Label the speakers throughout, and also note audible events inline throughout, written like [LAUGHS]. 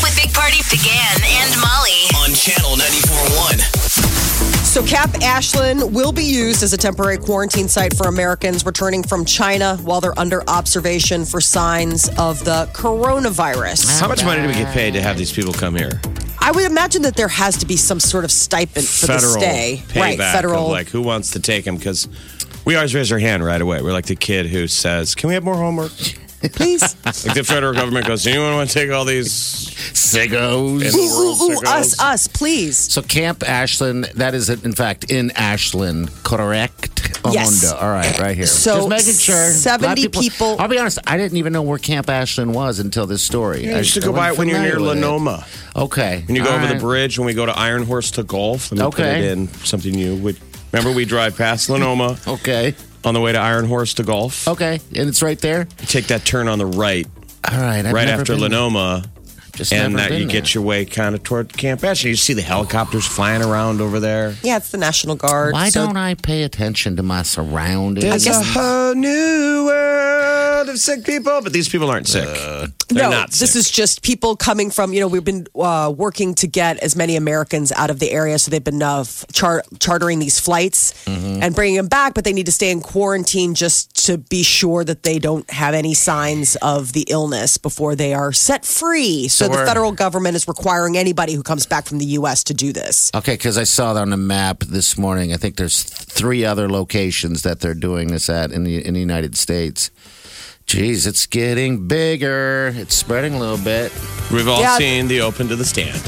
Speaker 1: With Big Party began and Molly.
Speaker 2: on channel 94.1.
Speaker 3: So, Cap Ashland will be used as a temporary quarantine site for Americans returning from China while they're under observation for signs of the coronavirus.
Speaker 4: How much money do we get paid to have these people come here?
Speaker 3: I would imagine that there has to be some sort of stipend for the
Speaker 4: federal
Speaker 3: stay.
Speaker 4: payback
Speaker 3: right, federal.
Speaker 4: Of like who wants to take them? Because we always raise our hand right away. We're like the kid who says, "Can we have more homework?" [LAUGHS]
Speaker 3: please.
Speaker 4: Like the federal government goes, "Anyone want to take all these?"
Speaker 5: Sickos.
Speaker 3: ooh, ooh, ooh, us, us, please.
Speaker 5: So Camp Ashland, that is in fact in Ashland, correct?
Speaker 3: Yes.
Speaker 5: Amanda. All right, right here.
Speaker 3: So
Speaker 5: Just making sure.
Speaker 3: 70
Speaker 5: A lot of
Speaker 3: people-
Speaker 5: I'll be honest, I didn't even know where Camp Ashland was until this story.
Speaker 4: You used to go by it when you're near Lenoma.
Speaker 5: Okay.
Speaker 4: When you go
Speaker 5: All
Speaker 4: over the
Speaker 5: right.
Speaker 4: bridge, when we go to Iron Horse to golf, let me put
Speaker 5: Okay.
Speaker 4: it in something new. We, remember, we drive past Lenoma
Speaker 5: [LAUGHS] Okay.
Speaker 4: on the way to Iron Horse to golf.
Speaker 5: Okay. And it's right there?
Speaker 4: Take that turn on the right,
Speaker 5: All right. I've
Speaker 4: right
Speaker 5: never
Speaker 4: after
Speaker 5: been there.
Speaker 4: Lenoma,
Speaker 5: Just
Speaker 4: and
Speaker 5: never
Speaker 4: that you
Speaker 5: been
Speaker 4: get
Speaker 5: there.
Speaker 4: your way kind of toward Camp Ashland. You see the helicopters flying around over there.
Speaker 3: Yeah, it's the National Guard.
Speaker 5: Why
Speaker 3: so-
Speaker 5: don't I pay attention to my surroundings?
Speaker 4: There's a whole new world of sick people, but these people aren't sick. They're
Speaker 3: no,
Speaker 4: not sick.
Speaker 3: this is just people coming from, you know, we've been uh, working to get as many Americans out of the area. So they've been uh, f- char- chartering these flights
Speaker 4: Mm-hmm.
Speaker 3: and bringing them back, but they need to stay in quarantine just to be sure that they don't have any signs of the illness before they are set free. So,
Speaker 5: So
Speaker 3: the
Speaker 5: we're-
Speaker 3: federal government is requiring anybody who comes back from the U.S. to do this.
Speaker 5: Okay, because I saw that on the map this morning. I think there's three other locations that they're doing this at in the in the United States. Jeez, it's getting bigger. It's spreading a little bit.
Speaker 4: We've all
Speaker 3: Yeah.
Speaker 4: seen the open to the stand.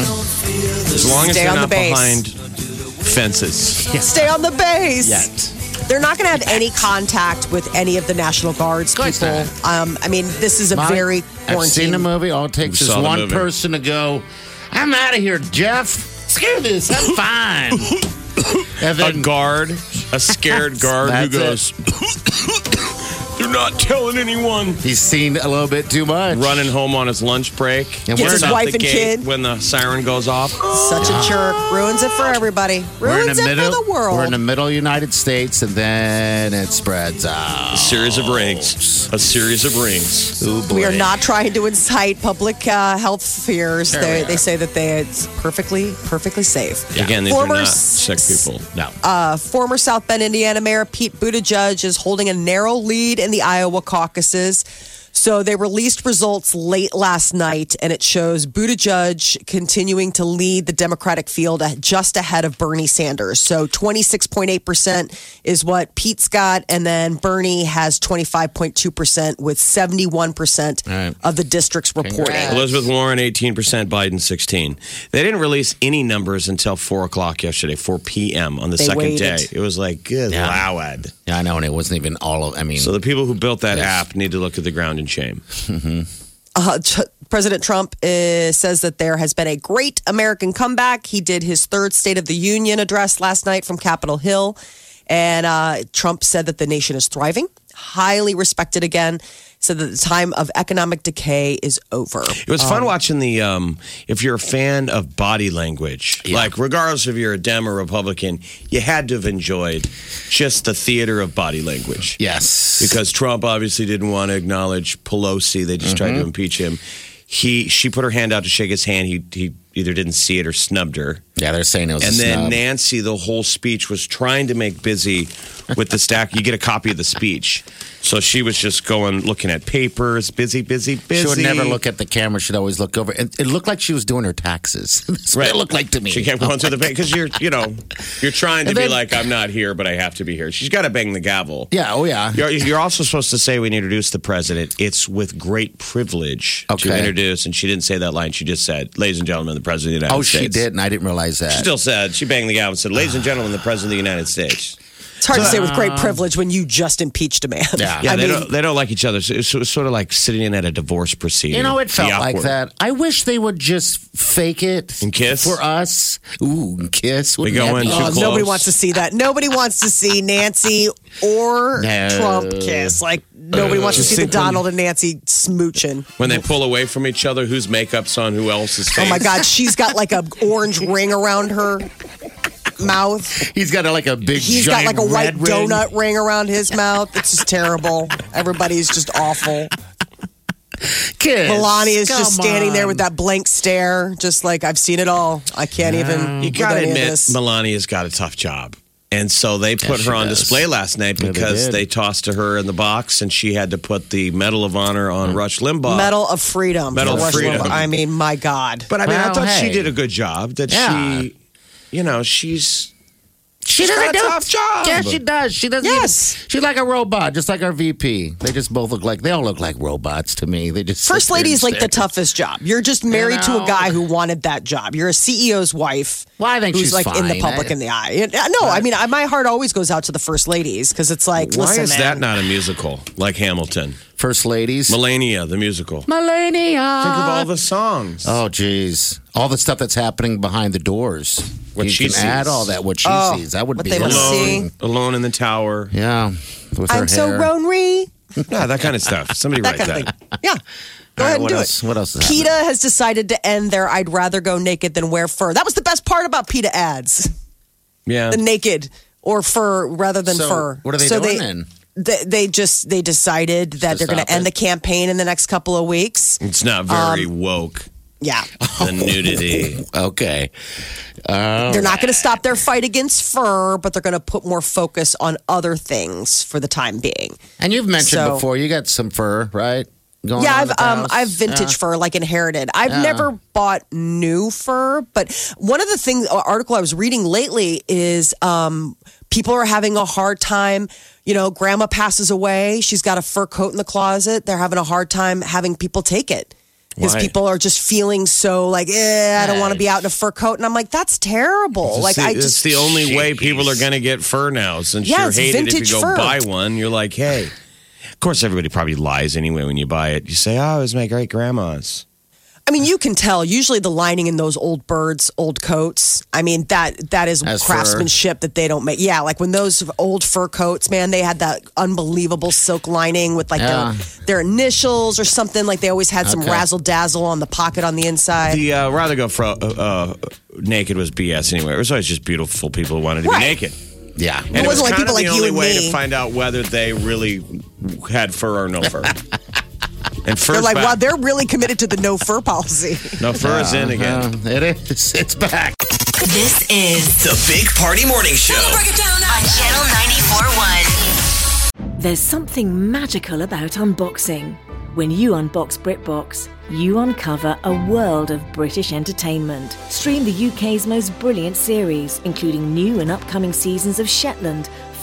Speaker 4: As long
Speaker 3: Mm-hmm.
Speaker 4: as
Speaker 3: Stay
Speaker 4: they're
Speaker 3: on the
Speaker 4: not
Speaker 3: base.
Speaker 4: behind fences.
Speaker 3: Stay on the base. They're not going to have any contact with any of the National Guards
Speaker 5: course
Speaker 3: people. Um, I mean, this is a
Speaker 5: Molly,
Speaker 3: very quarantine.
Speaker 5: I've seen the movie. All it takes
Speaker 4: We
Speaker 5: is
Speaker 4: saw the
Speaker 5: one
Speaker 4: movie.
Speaker 5: person to go. I'm out of here, Jeff. Screw this.
Speaker 4: [LAUGHS]
Speaker 5: I'm fine. and
Speaker 4: A
Speaker 5: then
Speaker 4: guard, a
Speaker 3: [LAUGHS]
Speaker 4: scared guard who
Speaker 5: That's
Speaker 4: goes, They're not telling anyone.
Speaker 5: he's seen a little bit too much.
Speaker 4: Running home on his lunch break.
Speaker 5: And
Speaker 4: We're
Speaker 5: we're- His
Speaker 4: out
Speaker 3: wife
Speaker 4: the
Speaker 3: and
Speaker 4: gate
Speaker 3: kid.
Speaker 4: When the siren goes off.
Speaker 3: Such a jerk. Ruins it for everybody.
Speaker 5: We're in
Speaker 3: Ruins
Speaker 5: the
Speaker 3: it
Speaker 5: middle.
Speaker 3: for the world.
Speaker 5: We're in the middle United States, and then it spreads out.
Speaker 4: A series of rings. A series of rings.
Speaker 3: We are not trying to incite public uh, health fears. They, they say that they it's perfectly perfectly safe.
Speaker 4: Again, these
Speaker 3: Former
Speaker 4: are not sick
Speaker 3: s-
Speaker 4: people.
Speaker 5: No.
Speaker 3: Uh, former South Bend, Indiana Mayor Pete Buttigieg is holding a narrow lead in the Iowa caucuses. So they released results late last night, and it shows Buttigieg continuing to lead the Democratic field uh, just ahead of Bernie Sanders. So 26.8% is what Pete's got, and then Bernie has 25.2% with 71%
Speaker 5: right.
Speaker 3: of the district's reporting.
Speaker 5: Congrats.
Speaker 4: Elizabeth Warren, 18%, Biden, 16 They didn't release any numbers until 4 o'clock yesterday, 4 p.m. on the
Speaker 3: They
Speaker 4: second
Speaker 3: waited.
Speaker 4: day. It was like, good
Speaker 5: Yeah.
Speaker 4: lowad.
Speaker 5: Yeah, I know, and it wasn't even all of. I mean,
Speaker 4: So the people who built that
Speaker 5: Yes.
Speaker 4: app need to look at the ground in shame.
Speaker 3: Uh, t- President Trump uh says that there has been a great American comeback. He did his third State of the Union address last night from Capitol Hill. And uh, Trump said that the nation is thriving, highly respected again, said that the time of economic decay is over.
Speaker 4: It was fun watching the, um, if you're a fan of body language, like regardless if you're a Dem or Republican, you had to have enjoyed just the theater of body language.
Speaker 5: yes,
Speaker 4: because Trump obviously didn't want to acknowledge Pelosi. They just
Speaker 5: Mm-hmm.
Speaker 4: tried to impeach him. He she put her hand out to shake his hand. He he either didn't see it or snubbed her.
Speaker 5: yeah, they're saying it was.
Speaker 4: And
Speaker 5: a
Speaker 4: then
Speaker 5: snub.
Speaker 4: Nancy, the whole speech was trying to make busy with the stack. You get a copy of the speech, so she was just going looking at papers, busy, busy, busy.
Speaker 5: she would never look at the camera. She'd always look over. And it looked like she was doing her taxes. [LAUGHS] That's what it looked like to me.
Speaker 4: She kept going
Speaker 5: [LAUGHS]
Speaker 4: through the because you're you know you're trying to
Speaker 5: And
Speaker 4: be
Speaker 5: then-
Speaker 4: like I'm not here, but I have to be here. She's got to bang the gavel.
Speaker 5: Yeah. Oh yeah.
Speaker 4: You're, you're also supposed to say when you introduce the president, it's with great privilege to
Speaker 5: Okay.
Speaker 4: introduce. And she didn't say that line. She just said, "Ladies and gentlemen, the president of the United
Speaker 5: oh, she
Speaker 4: States."
Speaker 5: did, and I didn't realize that.
Speaker 4: She still said she banged the gavel and said, "Ladies and gentlemen, the president of the United States."
Speaker 3: It's hard to say with great privilege when you just impeached a man. [LAUGHS]
Speaker 5: Yeah.
Speaker 4: Um, Yeah,
Speaker 3: I
Speaker 4: they
Speaker 3: mean,
Speaker 4: don't they don't like each other. So it's sort of like sitting in at a divorce proceeding.
Speaker 5: You know, it felt
Speaker 4: The
Speaker 5: like
Speaker 4: awkward-
Speaker 5: that. I wish they would just fake it
Speaker 4: And kiss?
Speaker 5: for us. Ooh, and kiss.
Speaker 4: We
Speaker 5: Wouldn't
Speaker 4: go
Speaker 5: that be
Speaker 4: in too
Speaker 5: awesome?
Speaker 4: close.
Speaker 3: uh, nobody wants to see that. Nobody wants to see Nancy or
Speaker 5: No.
Speaker 3: Trump kiss. Like nobody wants to
Speaker 4: Just
Speaker 3: see the
Speaker 4: think when-
Speaker 3: Donald and Nancy smooching.
Speaker 4: When they pull away from each other, whose makeup's on who else's face?
Speaker 3: Oh my God, she's got like a orange ring around her mouth.
Speaker 5: He's got a, like a big.
Speaker 3: He's got like
Speaker 5: giant
Speaker 3: a white
Speaker 5: red ring.
Speaker 3: donut ring around his mouth. It's just terrible. Everybody's just awful.
Speaker 5: Kiss.
Speaker 3: Melania is just
Speaker 5: Come
Speaker 3: standing there
Speaker 5: on.
Speaker 3: with that blank stare, just like I've seen it all. I can't even.
Speaker 4: You
Speaker 3: Mm-hmm.
Speaker 4: gotta
Speaker 3: with any of
Speaker 4: admit,
Speaker 3: this.
Speaker 4: Melania's got a tough job. And so they put
Speaker 5: she
Speaker 4: her on
Speaker 5: does.
Speaker 4: display last night
Speaker 5: Yeah, they
Speaker 4: because
Speaker 5: did.
Speaker 4: they, tossed to her in the box and she had to put the Medal of Honor on Rush Limbaugh.
Speaker 3: Medal of Freedom.
Speaker 4: Medal
Speaker 3: for
Speaker 4: of
Speaker 3: Rush
Speaker 4: Freedom.
Speaker 3: Limbaugh. I mean, my God.
Speaker 4: But I mean, I
Speaker 5: Well,
Speaker 4: thought she
Speaker 5: hey.
Speaker 4: did a good job. That
Speaker 5: Yeah.
Speaker 4: she, you know, she's
Speaker 5: She
Speaker 4: She's
Speaker 5: doesn't
Speaker 4: got a
Speaker 5: do
Speaker 4: tough job.
Speaker 5: Yeah, she does. She doesn't.
Speaker 3: Yes.
Speaker 5: even- she's like a robot, just like our VP. They just both look like they all look like robots to me. They just
Speaker 3: First
Speaker 5: sit there
Speaker 3: lady
Speaker 5: and
Speaker 3: is like the
Speaker 5: stare.
Speaker 3: toughest job. You're just married to a
Speaker 5: know.
Speaker 3: guy who wanted that job. You're a CEO's wife.
Speaker 5: Well, I think
Speaker 3: who's
Speaker 5: she's
Speaker 3: like in the
Speaker 5: fine.
Speaker 3: public
Speaker 5: I-
Speaker 3: in the eye. Yeah, No, I mean, I, my heart always goes out to the first ladies because it's like,
Speaker 4: Why
Speaker 3: listen,
Speaker 4: is that
Speaker 3: man,
Speaker 4: not a musical like Hamilton?
Speaker 5: First ladies.
Speaker 4: Melania, the musical. Think of all
Speaker 5: Melania.
Speaker 4: the songs.
Speaker 5: Oh, jeez. All the stuff that's happening behind the doors.
Speaker 4: What
Speaker 5: you
Speaker 4: she
Speaker 5: can add
Speaker 4: sees.
Speaker 5: all that, what she Oh, sees. That would
Speaker 3: what
Speaker 5: be
Speaker 3: they would
Speaker 5: amazing.
Speaker 4: Alone, Alone in the Tower.
Speaker 5: Yeah. With her
Speaker 3: I'm so
Speaker 5: hair.
Speaker 3: Ronry.
Speaker 4: Yeah, that kind of stuff. Somebody write
Speaker 3: That kind
Speaker 4: that.
Speaker 3: of thing. Yeah. Go
Speaker 5: All
Speaker 3: ahead
Speaker 5: right,
Speaker 3: and
Speaker 5: what
Speaker 3: do
Speaker 5: else-
Speaker 3: it.
Speaker 5: what else is
Speaker 3: PETA has decided to end their I'd rather go naked than wear fur. That was the best part about PETA ads.
Speaker 4: Yeah.
Speaker 3: the naked or fur rather than
Speaker 5: So,
Speaker 3: fur.
Speaker 5: what are they
Speaker 3: so
Speaker 5: doing
Speaker 3: they,
Speaker 5: then?
Speaker 3: They, they just they decided that
Speaker 5: Just
Speaker 3: they're
Speaker 5: to
Speaker 3: going to
Speaker 5: stop
Speaker 3: end
Speaker 5: it?
Speaker 3: the campaign in the next couple of weeks.
Speaker 4: It's not very woke.
Speaker 3: Yeah,
Speaker 5: [LAUGHS]
Speaker 4: The nudity.
Speaker 5: Okay.
Speaker 3: they're not going to stop their fight against fur, but they're going to put more focus on other things for the time being.
Speaker 5: And you've mentioned
Speaker 3: So-
Speaker 5: before you got some fur, right? Going
Speaker 3: yeah,
Speaker 5: on
Speaker 3: I've
Speaker 5: at the
Speaker 3: um,
Speaker 5: house?
Speaker 3: I've vintage
Speaker 5: Yeah.
Speaker 3: fur, like inherited. I've
Speaker 5: Yeah.
Speaker 3: never bought new fur, but one of the things uh, article I was reading lately is um, people are having a hard time. You know, grandma passes away. She's got a fur coat in the closet. They're having a hard time having people take it because
Speaker 4: Why?
Speaker 3: people are just feeling so like, eh, I don't want to be out in a fur coat. And I'm like, that's terrible. Like,
Speaker 4: it's,
Speaker 3: I
Speaker 4: the- it's
Speaker 3: just
Speaker 4: the only way people are going to get fur now. Since
Speaker 3: Yeah,
Speaker 4: you're
Speaker 3: it's
Speaker 4: hated if
Speaker 3: vintage
Speaker 4: you go
Speaker 3: fur.
Speaker 4: buy one, you're like, hey. Of course, everybody probably lies anyway when you buy it. You say, oh, it was my great grandma's.
Speaker 3: I mean, you can tell usually the lining in those old birds, old coats. I mean, that that is
Speaker 5: That's
Speaker 3: craftsmanship that they don't make. Yeah, like when those old fur coats, man, they had that unbelievable silk lining with like
Speaker 5: Yeah.
Speaker 3: their, their initials or something. Like they always had some
Speaker 5: Okay.
Speaker 3: razzle dazzle on the pocket on the inside.
Speaker 4: The uh, rather go fro- uh, uh, naked was BS anyway. It was always just beautiful people who wanted to
Speaker 3: Right.
Speaker 4: be naked.
Speaker 5: Yeah.
Speaker 4: And it, was
Speaker 3: wasn't like
Speaker 4: kind
Speaker 3: people
Speaker 4: of the
Speaker 3: like you
Speaker 4: only
Speaker 3: and
Speaker 4: way
Speaker 3: me.
Speaker 4: to find out whether they really had fur or no
Speaker 3: [LAUGHS]
Speaker 4: fur. and fur
Speaker 3: they're like, wow, they're really committed to the no fur policy. [LAUGHS]
Speaker 4: no fur is in again.
Speaker 3: uh-huh.
Speaker 5: Uh, it is. It's back.
Speaker 1: This is
Speaker 2: The Big Party Morning Show.
Speaker 1: on Channel 94.1.
Speaker 6: There's something magical about unboxing. When you unbox BritBox, you uncover a world of British entertainment. Stream the UK's most brilliant series, including new and upcoming seasons of Shetland,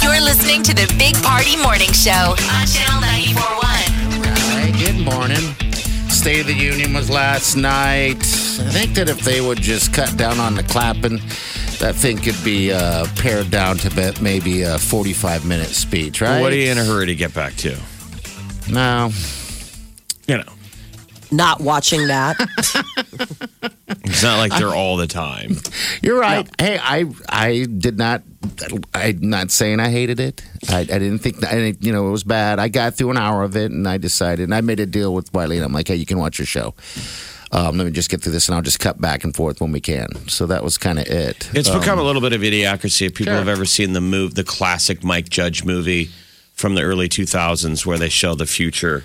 Speaker 1: You're listening to the Big Party Morning Show on Channel 94.1.
Speaker 5: Hey, good morning. State of the Union was last night. I think that if they would just cut down on the clapping, that thing could be uh, pared down to be- maybe a 45 minute speech, right?
Speaker 4: What are you in a hurry to get back to?
Speaker 5: No.
Speaker 4: You know,
Speaker 3: Not watching that.
Speaker 4: it's not like
Speaker 3: [LAUGHS]
Speaker 4: they're all the time.
Speaker 5: You're right. Hey, I I did not. I'm not saying I hated it. I, I didn't think I didn't- you know it was bad. I got through an hour of it, and I decided. And I made a deal with Wiley, and I'm like, hey, you can watch your show. Um, let me just get through this, and I'll just cut back and forth when we can. So that was kind of it.
Speaker 4: It's
Speaker 5: Um,
Speaker 4: become a little bit of idiocracy. If people
Speaker 5: Sure.
Speaker 4: have ever seen the move, the classic Mike Judge movie from the early 2000s, where they show the future,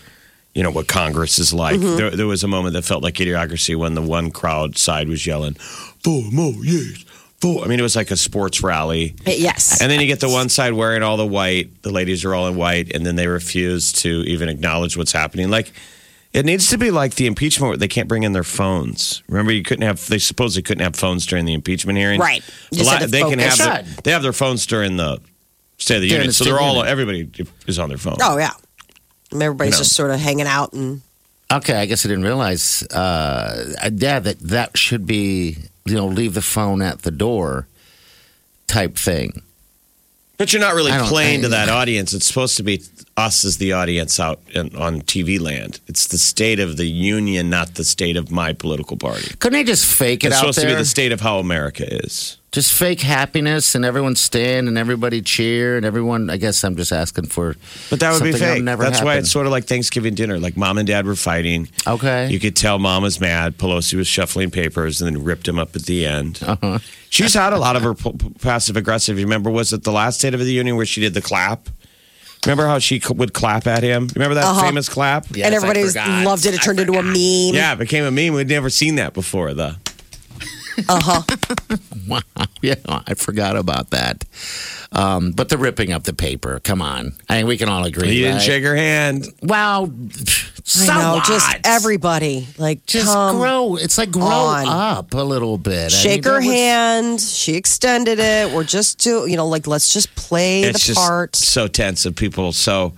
Speaker 4: you know, what Congress is like.
Speaker 5: Mm-hmm.
Speaker 4: There, there was a moment that felt like idiocracy when the one crowd side was yelling, four more years, four. I mean, it was like a sports rally.
Speaker 3: Yes.
Speaker 4: And then you get the one side wearing all the white, the ladies are all in white, and then they refuse to even acknowledge what's happening. Like, it needs to be like the impeachment where they can't bring in their phones. Remember, you couldn't have, they supposedly couldn't have phones during the impeachment hearing.
Speaker 3: Right. You
Speaker 4: A
Speaker 3: just
Speaker 4: lot-
Speaker 3: had to
Speaker 4: they can have,
Speaker 3: focus.
Speaker 4: their, they have their phones during the State of the
Speaker 5: During
Speaker 4: Union.
Speaker 5: the
Speaker 4: so
Speaker 5: State
Speaker 4: they're all,
Speaker 5: Union.
Speaker 4: everybody is on their phone.
Speaker 3: Oh yeah. And everybody's
Speaker 4: You know.
Speaker 3: just sort of hanging out and
Speaker 5: Okay, I guess I didn't realize. Uh, yeah, that that should be you know leave the phone at the door type thing.
Speaker 4: But you're not really
Speaker 5: I don't-
Speaker 4: playing to
Speaker 5: I-
Speaker 4: that audience. It's supposed to be us as the audience out in, on TV land. It's the state of the union, not the state of my political party.
Speaker 5: Couldn't they just fake it
Speaker 4: it's
Speaker 5: out
Speaker 4: supposed
Speaker 5: there?
Speaker 4: to be the state of how America is.
Speaker 5: just fake happiness and everyone stand and everybody cheer and everyone. I guess I'm just asking for. [LAUGHS]
Speaker 4: But that would be
Speaker 5: something that'll
Speaker 4: fake.
Speaker 5: Never
Speaker 4: That's why
Speaker 5: happen.
Speaker 4: it's sort of like Thanksgiving dinner. Like mom and dad were fighting.
Speaker 5: Okay.
Speaker 4: You could tell mom was mad. Pelosi was shuffling papers and then ripped him up at the end.
Speaker 5: Uh-huh.
Speaker 4: She's had a lot of her p- p- passive aggressive. You remember, was it the last State of the Union where she did the clap? Remember how she c- would clap at him? Remember that famous clap?
Speaker 3: Uh-huh.
Speaker 4: Yeah.
Speaker 3: and everybody was,
Speaker 5: forgot.
Speaker 3: loved it. It turned into a meme.
Speaker 4: Yeah, it became a meme. We'd never seen that before. The
Speaker 3: Uh-huh.
Speaker 4: [LAUGHS]
Speaker 5: Wow. Yeah, I forgot about that. Um, but the ripping up the paper. Come on. I mean, we can all agree.
Speaker 4: you didn't
Speaker 5: right?
Speaker 4: shake her hand.
Speaker 5: Wow.
Speaker 3: I
Speaker 5: So
Speaker 3: know,
Speaker 5: what?
Speaker 3: just everybody. Like
Speaker 5: Just
Speaker 3: come
Speaker 5: grow. It's like grow
Speaker 3: on.
Speaker 5: up a little bit. I
Speaker 3: Shake
Speaker 5: mean,
Speaker 3: her
Speaker 5: that was-
Speaker 3: hand. She extended it. We're just do you know, like let's just play
Speaker 4: it's
Speaker 3: the
Speaker 4: just
Speaker 3: part.
Speaker 4: so tense of people. So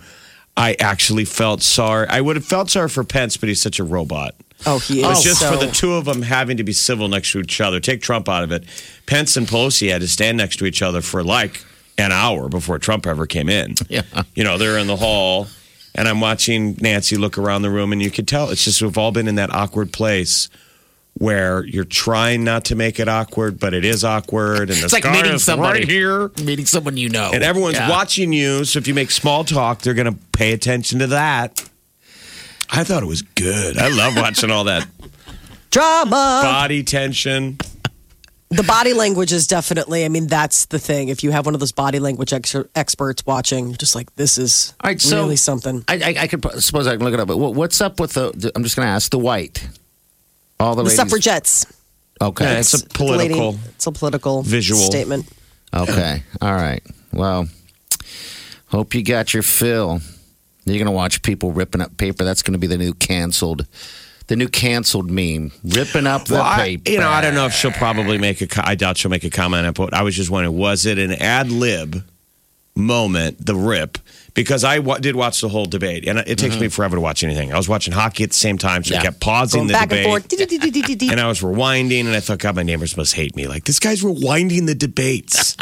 Speaker 4: I actually felt sorry. I would have felt sorry for Pence, but he's such a robot.
Speaker 3: Oh, he
Speaker 4: It
Speaker 3: is.
Speaker 4: was just
Speaker 3: so-
Speaker 4: for the two of them having to be civil next to each other. Take Trump out of it. Pence and Pelosi had to stand next to each other for like an hour before Trump ever came in.
Speaker 5: [LAUGHS] Yeah.
Speaker 4: You know, they're in the hall, and I'm watching Nancy look around the room, and you could tell it's just we've all been in that awkward place where you're trying not to make it awkward, but it is awkward. And
Speaker 5: [LAUGHS] It's
Speaker 4: the
Speaker 5: like
Speaker 4: sky
Speaker 5: meeting
Speaker 4: is
Speaker 5: somebody
Speaker 4: right here.
Speaker 5: meeting someone you know,
Speaker 4: And everyone's
Speaker 5: Yeah.
Speaker 4: watching you, so if you make small talk, they're going to pay attention to that. I thought it was good. I love watching all that
Speaker 3: drama.
Speaker 4: body tension.
Speaker 3: The body language is definitely. I mean, that's the thing. If you have one of those body language ex- experts watching, you're just like, this is
Speaker 5: All right, so
Speaker 3: really something.
Speaker 5: I, I, I could pro- suppose I can look it up. But what, what's up with the? the- I'm just going to ask the white. All the,
Speaker 3: The
Speaker 5: ladies.
Speaker 3: suffragettes.
Speaker 5: Okay.
Speaker 4: Yeah, it's a
Speaker 3: The lady-
Speaker 4: political.
Speaker 3: it's a political
Speaker 4: visual.
Speaker 3: statement.
Speaker 5: Okay. All right. Well, hope you got your fill. You're going to watch people ripping up paper. That's going to be the new canceled, the new canceled meme. Ripping up the
Speaker 4: Well, I,
Speaker 5: paper.
Speaker 4: you know, I don't know if she'll probably make a. co- I doubt she'll make a comment. But I was just wondering, was it an ad lib moment, the rip? Because I wa- did watch the whole debate, and it takes me forever to watch anything. I was watching hockey at the same time, so I
Speaker 5: Mm-hmm. Yeah.
Speaker 4: kept pausing
Speaker 3: Going
Speaker 4: the
Speaker 3: back
Speaker 4: debate.
Speaker 3: and forth. Dee-dee-dee-dee-dee-dee.
Speaker 4: And I was rewinding, and I thought, God, my neighbors must hate me. Like, this guy's rewinding
Speaker 5: [LAUGHS]
Speaker 4: the debates.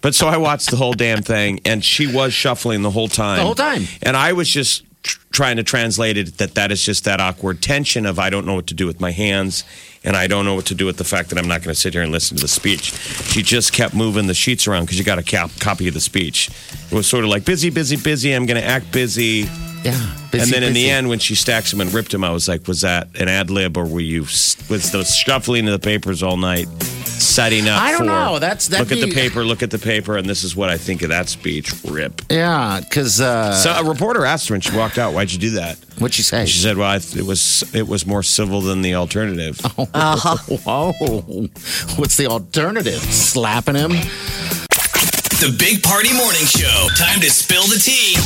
Speaker 4: but so I watched the whole damn thing, and she was shuffling the whole time.
Speaker 5: The whole time.
Speaker 4: And I was just tr- trying to translate it that that is just that awkward tension of I don't know what to do with my hands, and I don't know what to do with the fact that I'm not going to sit here and listen to the speech. She just kept moving the sheets around because you got a cap- copy of the speech. It was sort of like busy, busy, busy. I'm going to act busy
Speaker 5: Yeah.
Speaker 4: and then in the
Speaker 5: busy.
Speaker 4: end, when she stacks them and ripped them, I was like, was that an ad lib or were you was the shuffling of the papers all night setting up?
Speaker 5: I don't
Speaker 4: for,
Speaker 5: know. That's- that'd
Speaker 4: look at the
Speaker 5: be-
Speaker 4: paper, look at the paper, and this is what I think of that speech. Rip.
Speaker 5: Yeah, because uh,
Speaker 4: So a reporter asked her when she walked out, "Why'd you do that?"
Speaker 5: what'd she say?
Speaker 4: She said, "Well, I, it was it was more civil than the alternative."
Speaker 5: Oh. Whoa. [LAUGHS] What's the alternative? Slapping him?
Speaker 2: The Big Party Morning Show. Time to spill the tea.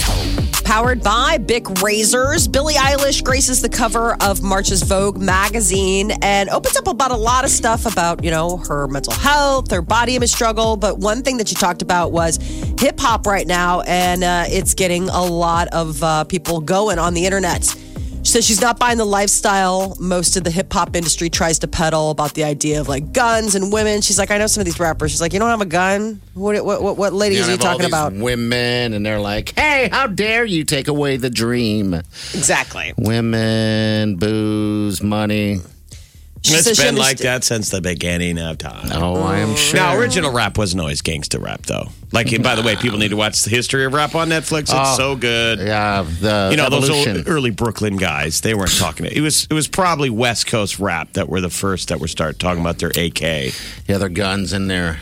Speaker 3: Powered by Bic Razors, Billie Eilish graces the cover of March's Vogue magazine and opens up about a lot of stuff about, you know, her mental health, her body image struggle. But one thing that she talked about was hip hop right now, and uh, it's getting a lot of uh, people going on the internet. She says she's not buying the lifestyle most of the hip hop industry tries to peddle about the idea of like guns and women. She's like, I know some of these rappers. She's like, you don't have a gun. What what what, what ladies are you
Speaker 5: have all
Speaker 3: talking
Speaker 5: these
Speaker 3: about?
Speaker 5: Women, and they're like, hey, how dare you take away the dream?
Speaker 3: Exactly.
Speaker 5: Women, booze, money.
Speaker 3: She
Speaker 4: [LAUGHS] it's
Speaker 3: says she
Speaker 4: been
Speaker 3: understa-
Speaker 4: like that since the beginning of time.
Speaker 5: Oh, I
Speaker 4: Mm.
Speaker 5: am sure.
Speaker 4: Now, original rap wasn't always gangster rap, though. Like, and by the way, people need to watch the history of rap on Netflix. It's
Speaker 5: Oh.
Speaker 4: so good.
Speaker 5: Yeah, the
Speaker 4: You know,
Speaker 5: evolution.
Speaker 4: those old er-, early Brooklyn guys, they weren't talking. It was it was probably West Coast rap that were the first that were start talking about their AK.
Speaker 5: yeah, their guns and their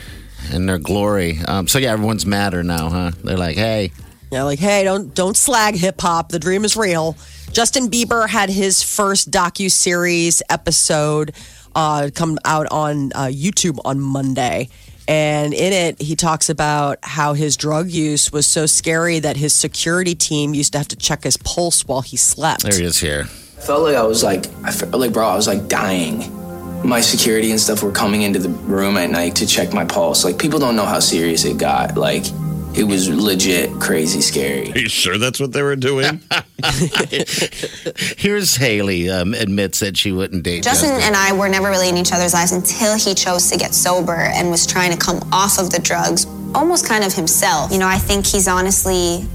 Speaker 5: and their glory. Um, so yeah, everyone's madder now, huh? They're like, hey,
Speaker 3: Yeah, like, hey, don't don't slag hip hop. The dream is real. Justin Bieber had his first docu series episode uh, come out on uh, YouTube on Monday, and in it he talks about how his drug use was so scary that his security team used to have to check his pulse while he slept.
Speaker 5: there he is here.
Speaker 7: felt like I was like, I felt like, bro, I was like dying. My security and stuff were coming into the room at night to check my pulse. Like, people don't know how serious it got. Like, it was legit crazy scary.
Speaker 4: Are you sure that's what they were doing?
Speaker 5: Here's Haley um, admits that she wouldn't date
Speaker 8: Justin
Speaker 5: Justin.
Speaker 8: and I were never really in each other's lives until he chose to get sober and was trying to come off of the drugs, almost kind of himself. You know, I think he's honestly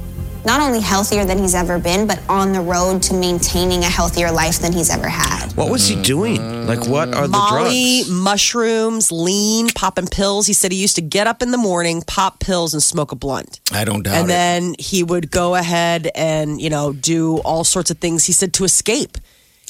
Speaker 8: not only healthier than he's ever been, but on the road to maintaining a healthier life than he's ever had.
Speaker 4: [LAUGHS] what was he doing? Like, what are the
Speaker 3: Molly,
Speaker 4: drugs?
Speaker 3: mushrooms, lean, popping pills. He said he used to get up in the morning, pop pills, and smoke a blunt.
Speaker 5: I don't doubt
Speaker 3: and
Speaker 5: it.
Speaker 3: then he would go ahead and you know do all sorts of things he said to escape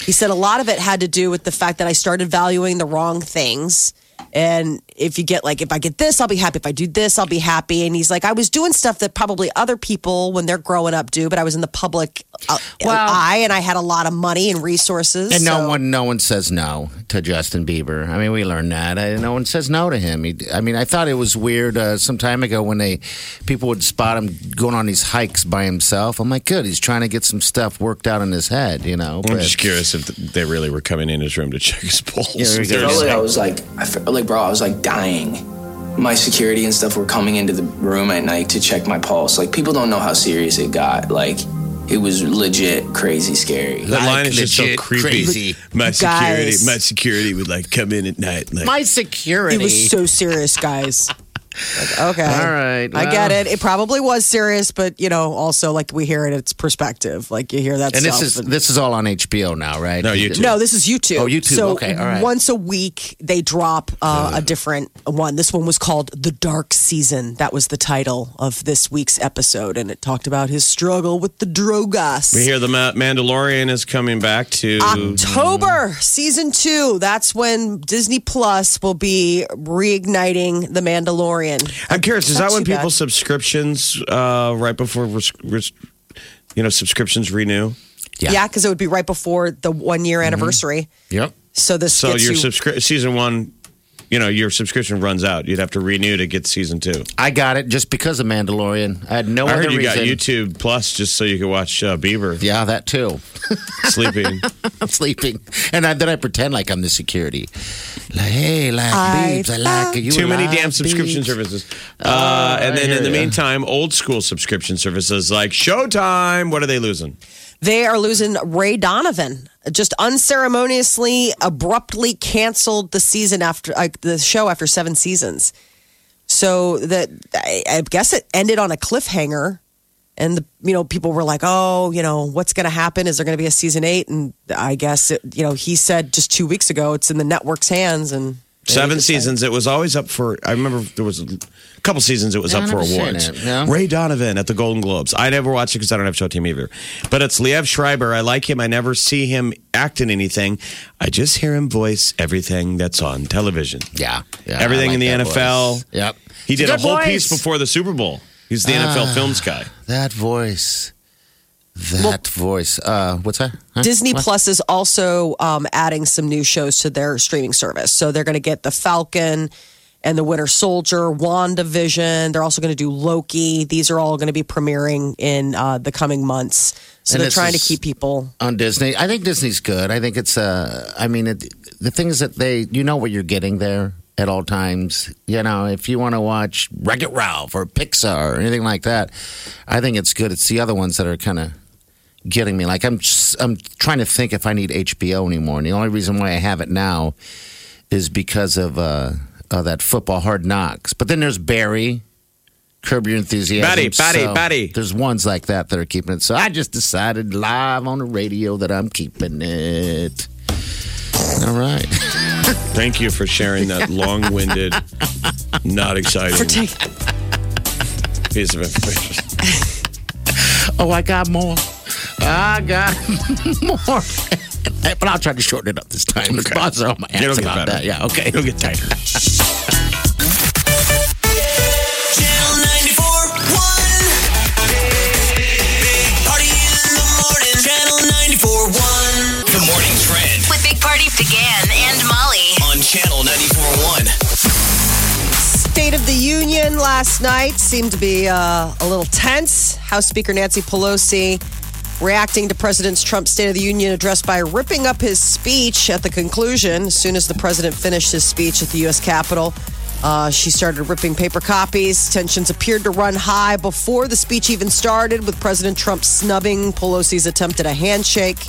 Speaker 3: he said a lot of it had to do with the fact that i started valuing the wrong things and if you get like if i get this i'll be happy if i do this i'll be happy and he's like i was doing stuff that probably other people when they're growing up do but i was in the public uh, eye and i had a lot of money and resources
Speaker 5: And
Speaker 3: so-
Speaker 5: no one, no one says no to Justin Bieber. I mean, we learned that. I, no one says no to him. He, I mean, I thought it was weird uh, some time ago when they people would spot him going on these hikes by himself. I'm like, good, he's trying to get some stuff worked out in his head, you know.
Speaker 4: I'm
Speaker 5: but-
Speaker 4: just curious if they really were coming in his room to check his pulse.
Speaker 5: Yeah, there you go.
Speaker 4: They're
Speaker 7: felt
Speaker 4: just
Speaker 7: like
Speaker 4: like,
Speaker 7: I was like, I felt like, bro, I was like dying. My security and stuff were coming into the room at night to check my pulse. Like, people don't know how serious it got. Like, it was legit crazy scary.
Speaker 4: that line
Speaker 5: like
Speaker 4: is just so
Speaker 5: legit
Speaker 4: creepy.
Speaker 5: crazy.
Speaker 4: My security,
Speaker 3: Guys.
Speaker 4: my security would like come in at night. Like,
Speaker 5: My security.
Speaker 3: It was so serious, guys.
Speaker 5: [LAUGHS]
Speaker 3: Like, okay.
Speaker 5: All right,
Speaker 3: I get
Speaker 5: well.
Speaker 3: it. It probably was serious, but you know, also like we hear it, it's perspective. Like you hear that
Speaker 5: and
Speaker 3: stuff.
Speaker 5: this is this is all on HBO now, right?
Speaker 4: No, YouTube.
Speaker 3: no, this is YouTube.
Speaker 5: Oh, YouTube.
Speaker 3: So
Speaker 5: Okay, all right.
Speaker 3: once a week they drop uh, a different one. This one was called "The Dark Season." That was the title of this week's episode, and it talked about his struggle with the drogas.
Speaker 4: we hear the Ma- Mandalorian is coming back to
Speaker 3: Ah. October season two. That's when Disney Plus will be reigniting The Mandalorian.
Speaker 4: I'm curious. Is
Speaker 3: Not
Speaker 4: that when
Speaker 3: too bad.
Speaker 4: people's subscriptions uh, right before res- res- you know subscriptions renew?
Speaker 5: Yeah.
Speaker 3: Yeah, because it would be right before the one year anniversary.
Speaker 5: Yep.
Speaker 3: So this
Speaker 4: So
Speaker 3: gets
Speaker 4: your
Speaker 3: you.
Speaker 4: subscri- season one, you know, your subscription runs out. You'd have to renew to get season two.
Speaker 5: I got it just because of Mandalorian. I had no
Speaker 4: I
Speaker 5: other
Speaker 4: heard you
Speaker 5: reason.
Speaker 4: got YouTube Plus just so you could watch uh, Bieber
Speaker 5: Yeah, that too.
Speaker 4: sleeping.
Speaker 5: [LAUGHS] I'm sleeping, and I, then I pretend like I'm the security. Like, hey, like
Speaker 3: I
Speaker 5: beeps, I like you.
Speaker 4: Too many
Speaker 5: like
Speaker 4: damn subscription
Speaker 5: beeps.
Speaker 4: services. Uh, and then
Speaker 5: I
Speaker 4: in the
Speaker 5: hear ya.
Speaker 4: meantime, old school subscription services like Showtime. What are they losing?
Speaker 3: they are losing Ray Donovan. Just unceremoniously, abruptly canceled the season after uh, the show after seven seasons. So that I, I guess it ended on a cliffhanger, and the, you know people were like, "Oh, you know what's going to happen? Is there going to be a season eight? And I guess it, you know he said just two weeks ago it's in the network's hands, and they
Speaker 4: Seven
Speaker 3: decided-
Speaker 4: seasons. It was always up for. I remember there was a couple seasons. It was up
Speaker 5: I've
Speaker 4: for
Speaker 5: never seen
Speaker 4: awards.
Speaker 5: it, no.
Speaker 4: Ray Donovan at the Golden Globes. I never watched it because I don't have Showtime either. But it's Liev Schreiber. I like him. I never see him act in anything. I just hear him voice everything that's on television.
Speaker 5: Yeah, yeah,
Speaker 4: Everything
Speaker 5: I like
Speaker 4: in the
Speaker 5: that
Speaker 4: NFL.
Speaker 5: voice. Yep,
Speaker 4: He did a
Speaker 5: Good
Speaker 4: whole
Speaker 5: voice.
Speaker 4: piece before the Super Bowl. He's the NFL Films guy.
Speaker 5: that voice. That voice. Uh, what's that? Huh?
Speaker 3: Disney Plus is also um, adding some new shows to their streaming service. So they're going to get The Falcon and The Winter Soldier, WandaVision. They're also going to do Loki. These are all going to be premiering in uh, the coming months. So
Speaker 5: And
Speaker 3: they're
Speaker 5: this
Speaker 3: trying to
Speaker 5: is-
Speaker 3: keep people.
Speaker 5: on Disney. I think Disney's good. I think it's uh I mean it, the thing is that they you know what you're getting there at all times. You know, if you want to watch Wreck It Ralph or Pixar or anything like that, I think it's good. It's the other ones that are kind of getting me. Like I'm just, I'm trying to think if I need HBO anymore. And the only reason why I have it now is because of uh, uh that football hard knocks. But then there's Barry Curb your enthusiasm.
Speaker 4: Barry, Barry,
Speaker 5: So
Speaker 4: Barry.
Speaker 5: There's ones like that that are keeping it. So I just decided live on the radio that I'm keeping it. All right. [LAUGHS]
Speaker 4: Thank you for sharing that long winded, not exciting
Speaker 3: For take-
Speaker 4: piece of information.
Speaker 5: Oh, I got more. I got [LAUGHS] more. but I'll try to shorten it up this time. The sponsor on my ass
Speaker 4: It'll get
Speaker 5: about
Speaker 4: better.
Speaker 5: that. Yeah, okay. It'll get tighter.
Speaker 2: Channel 94.1. Big Party in the morning. Channel 94.1. The morning trend
Speaker 1: With Big Party began and Molly.
Speaker 2: on Channel 94.1.
Speaker 3: State of the Union last night seemed to be uh, a little tense. House Speaker Nancy Pelosi reacting to President Trump's State of the Union address by ripping up his speech at the conclusion. As soon as the president finished his speech at the U.S. Capitol, uh, she started ripping paper copies. Tensions appeared to run high before the speech even started, with President Trump snubbing Pelosi's attempt at a handshake.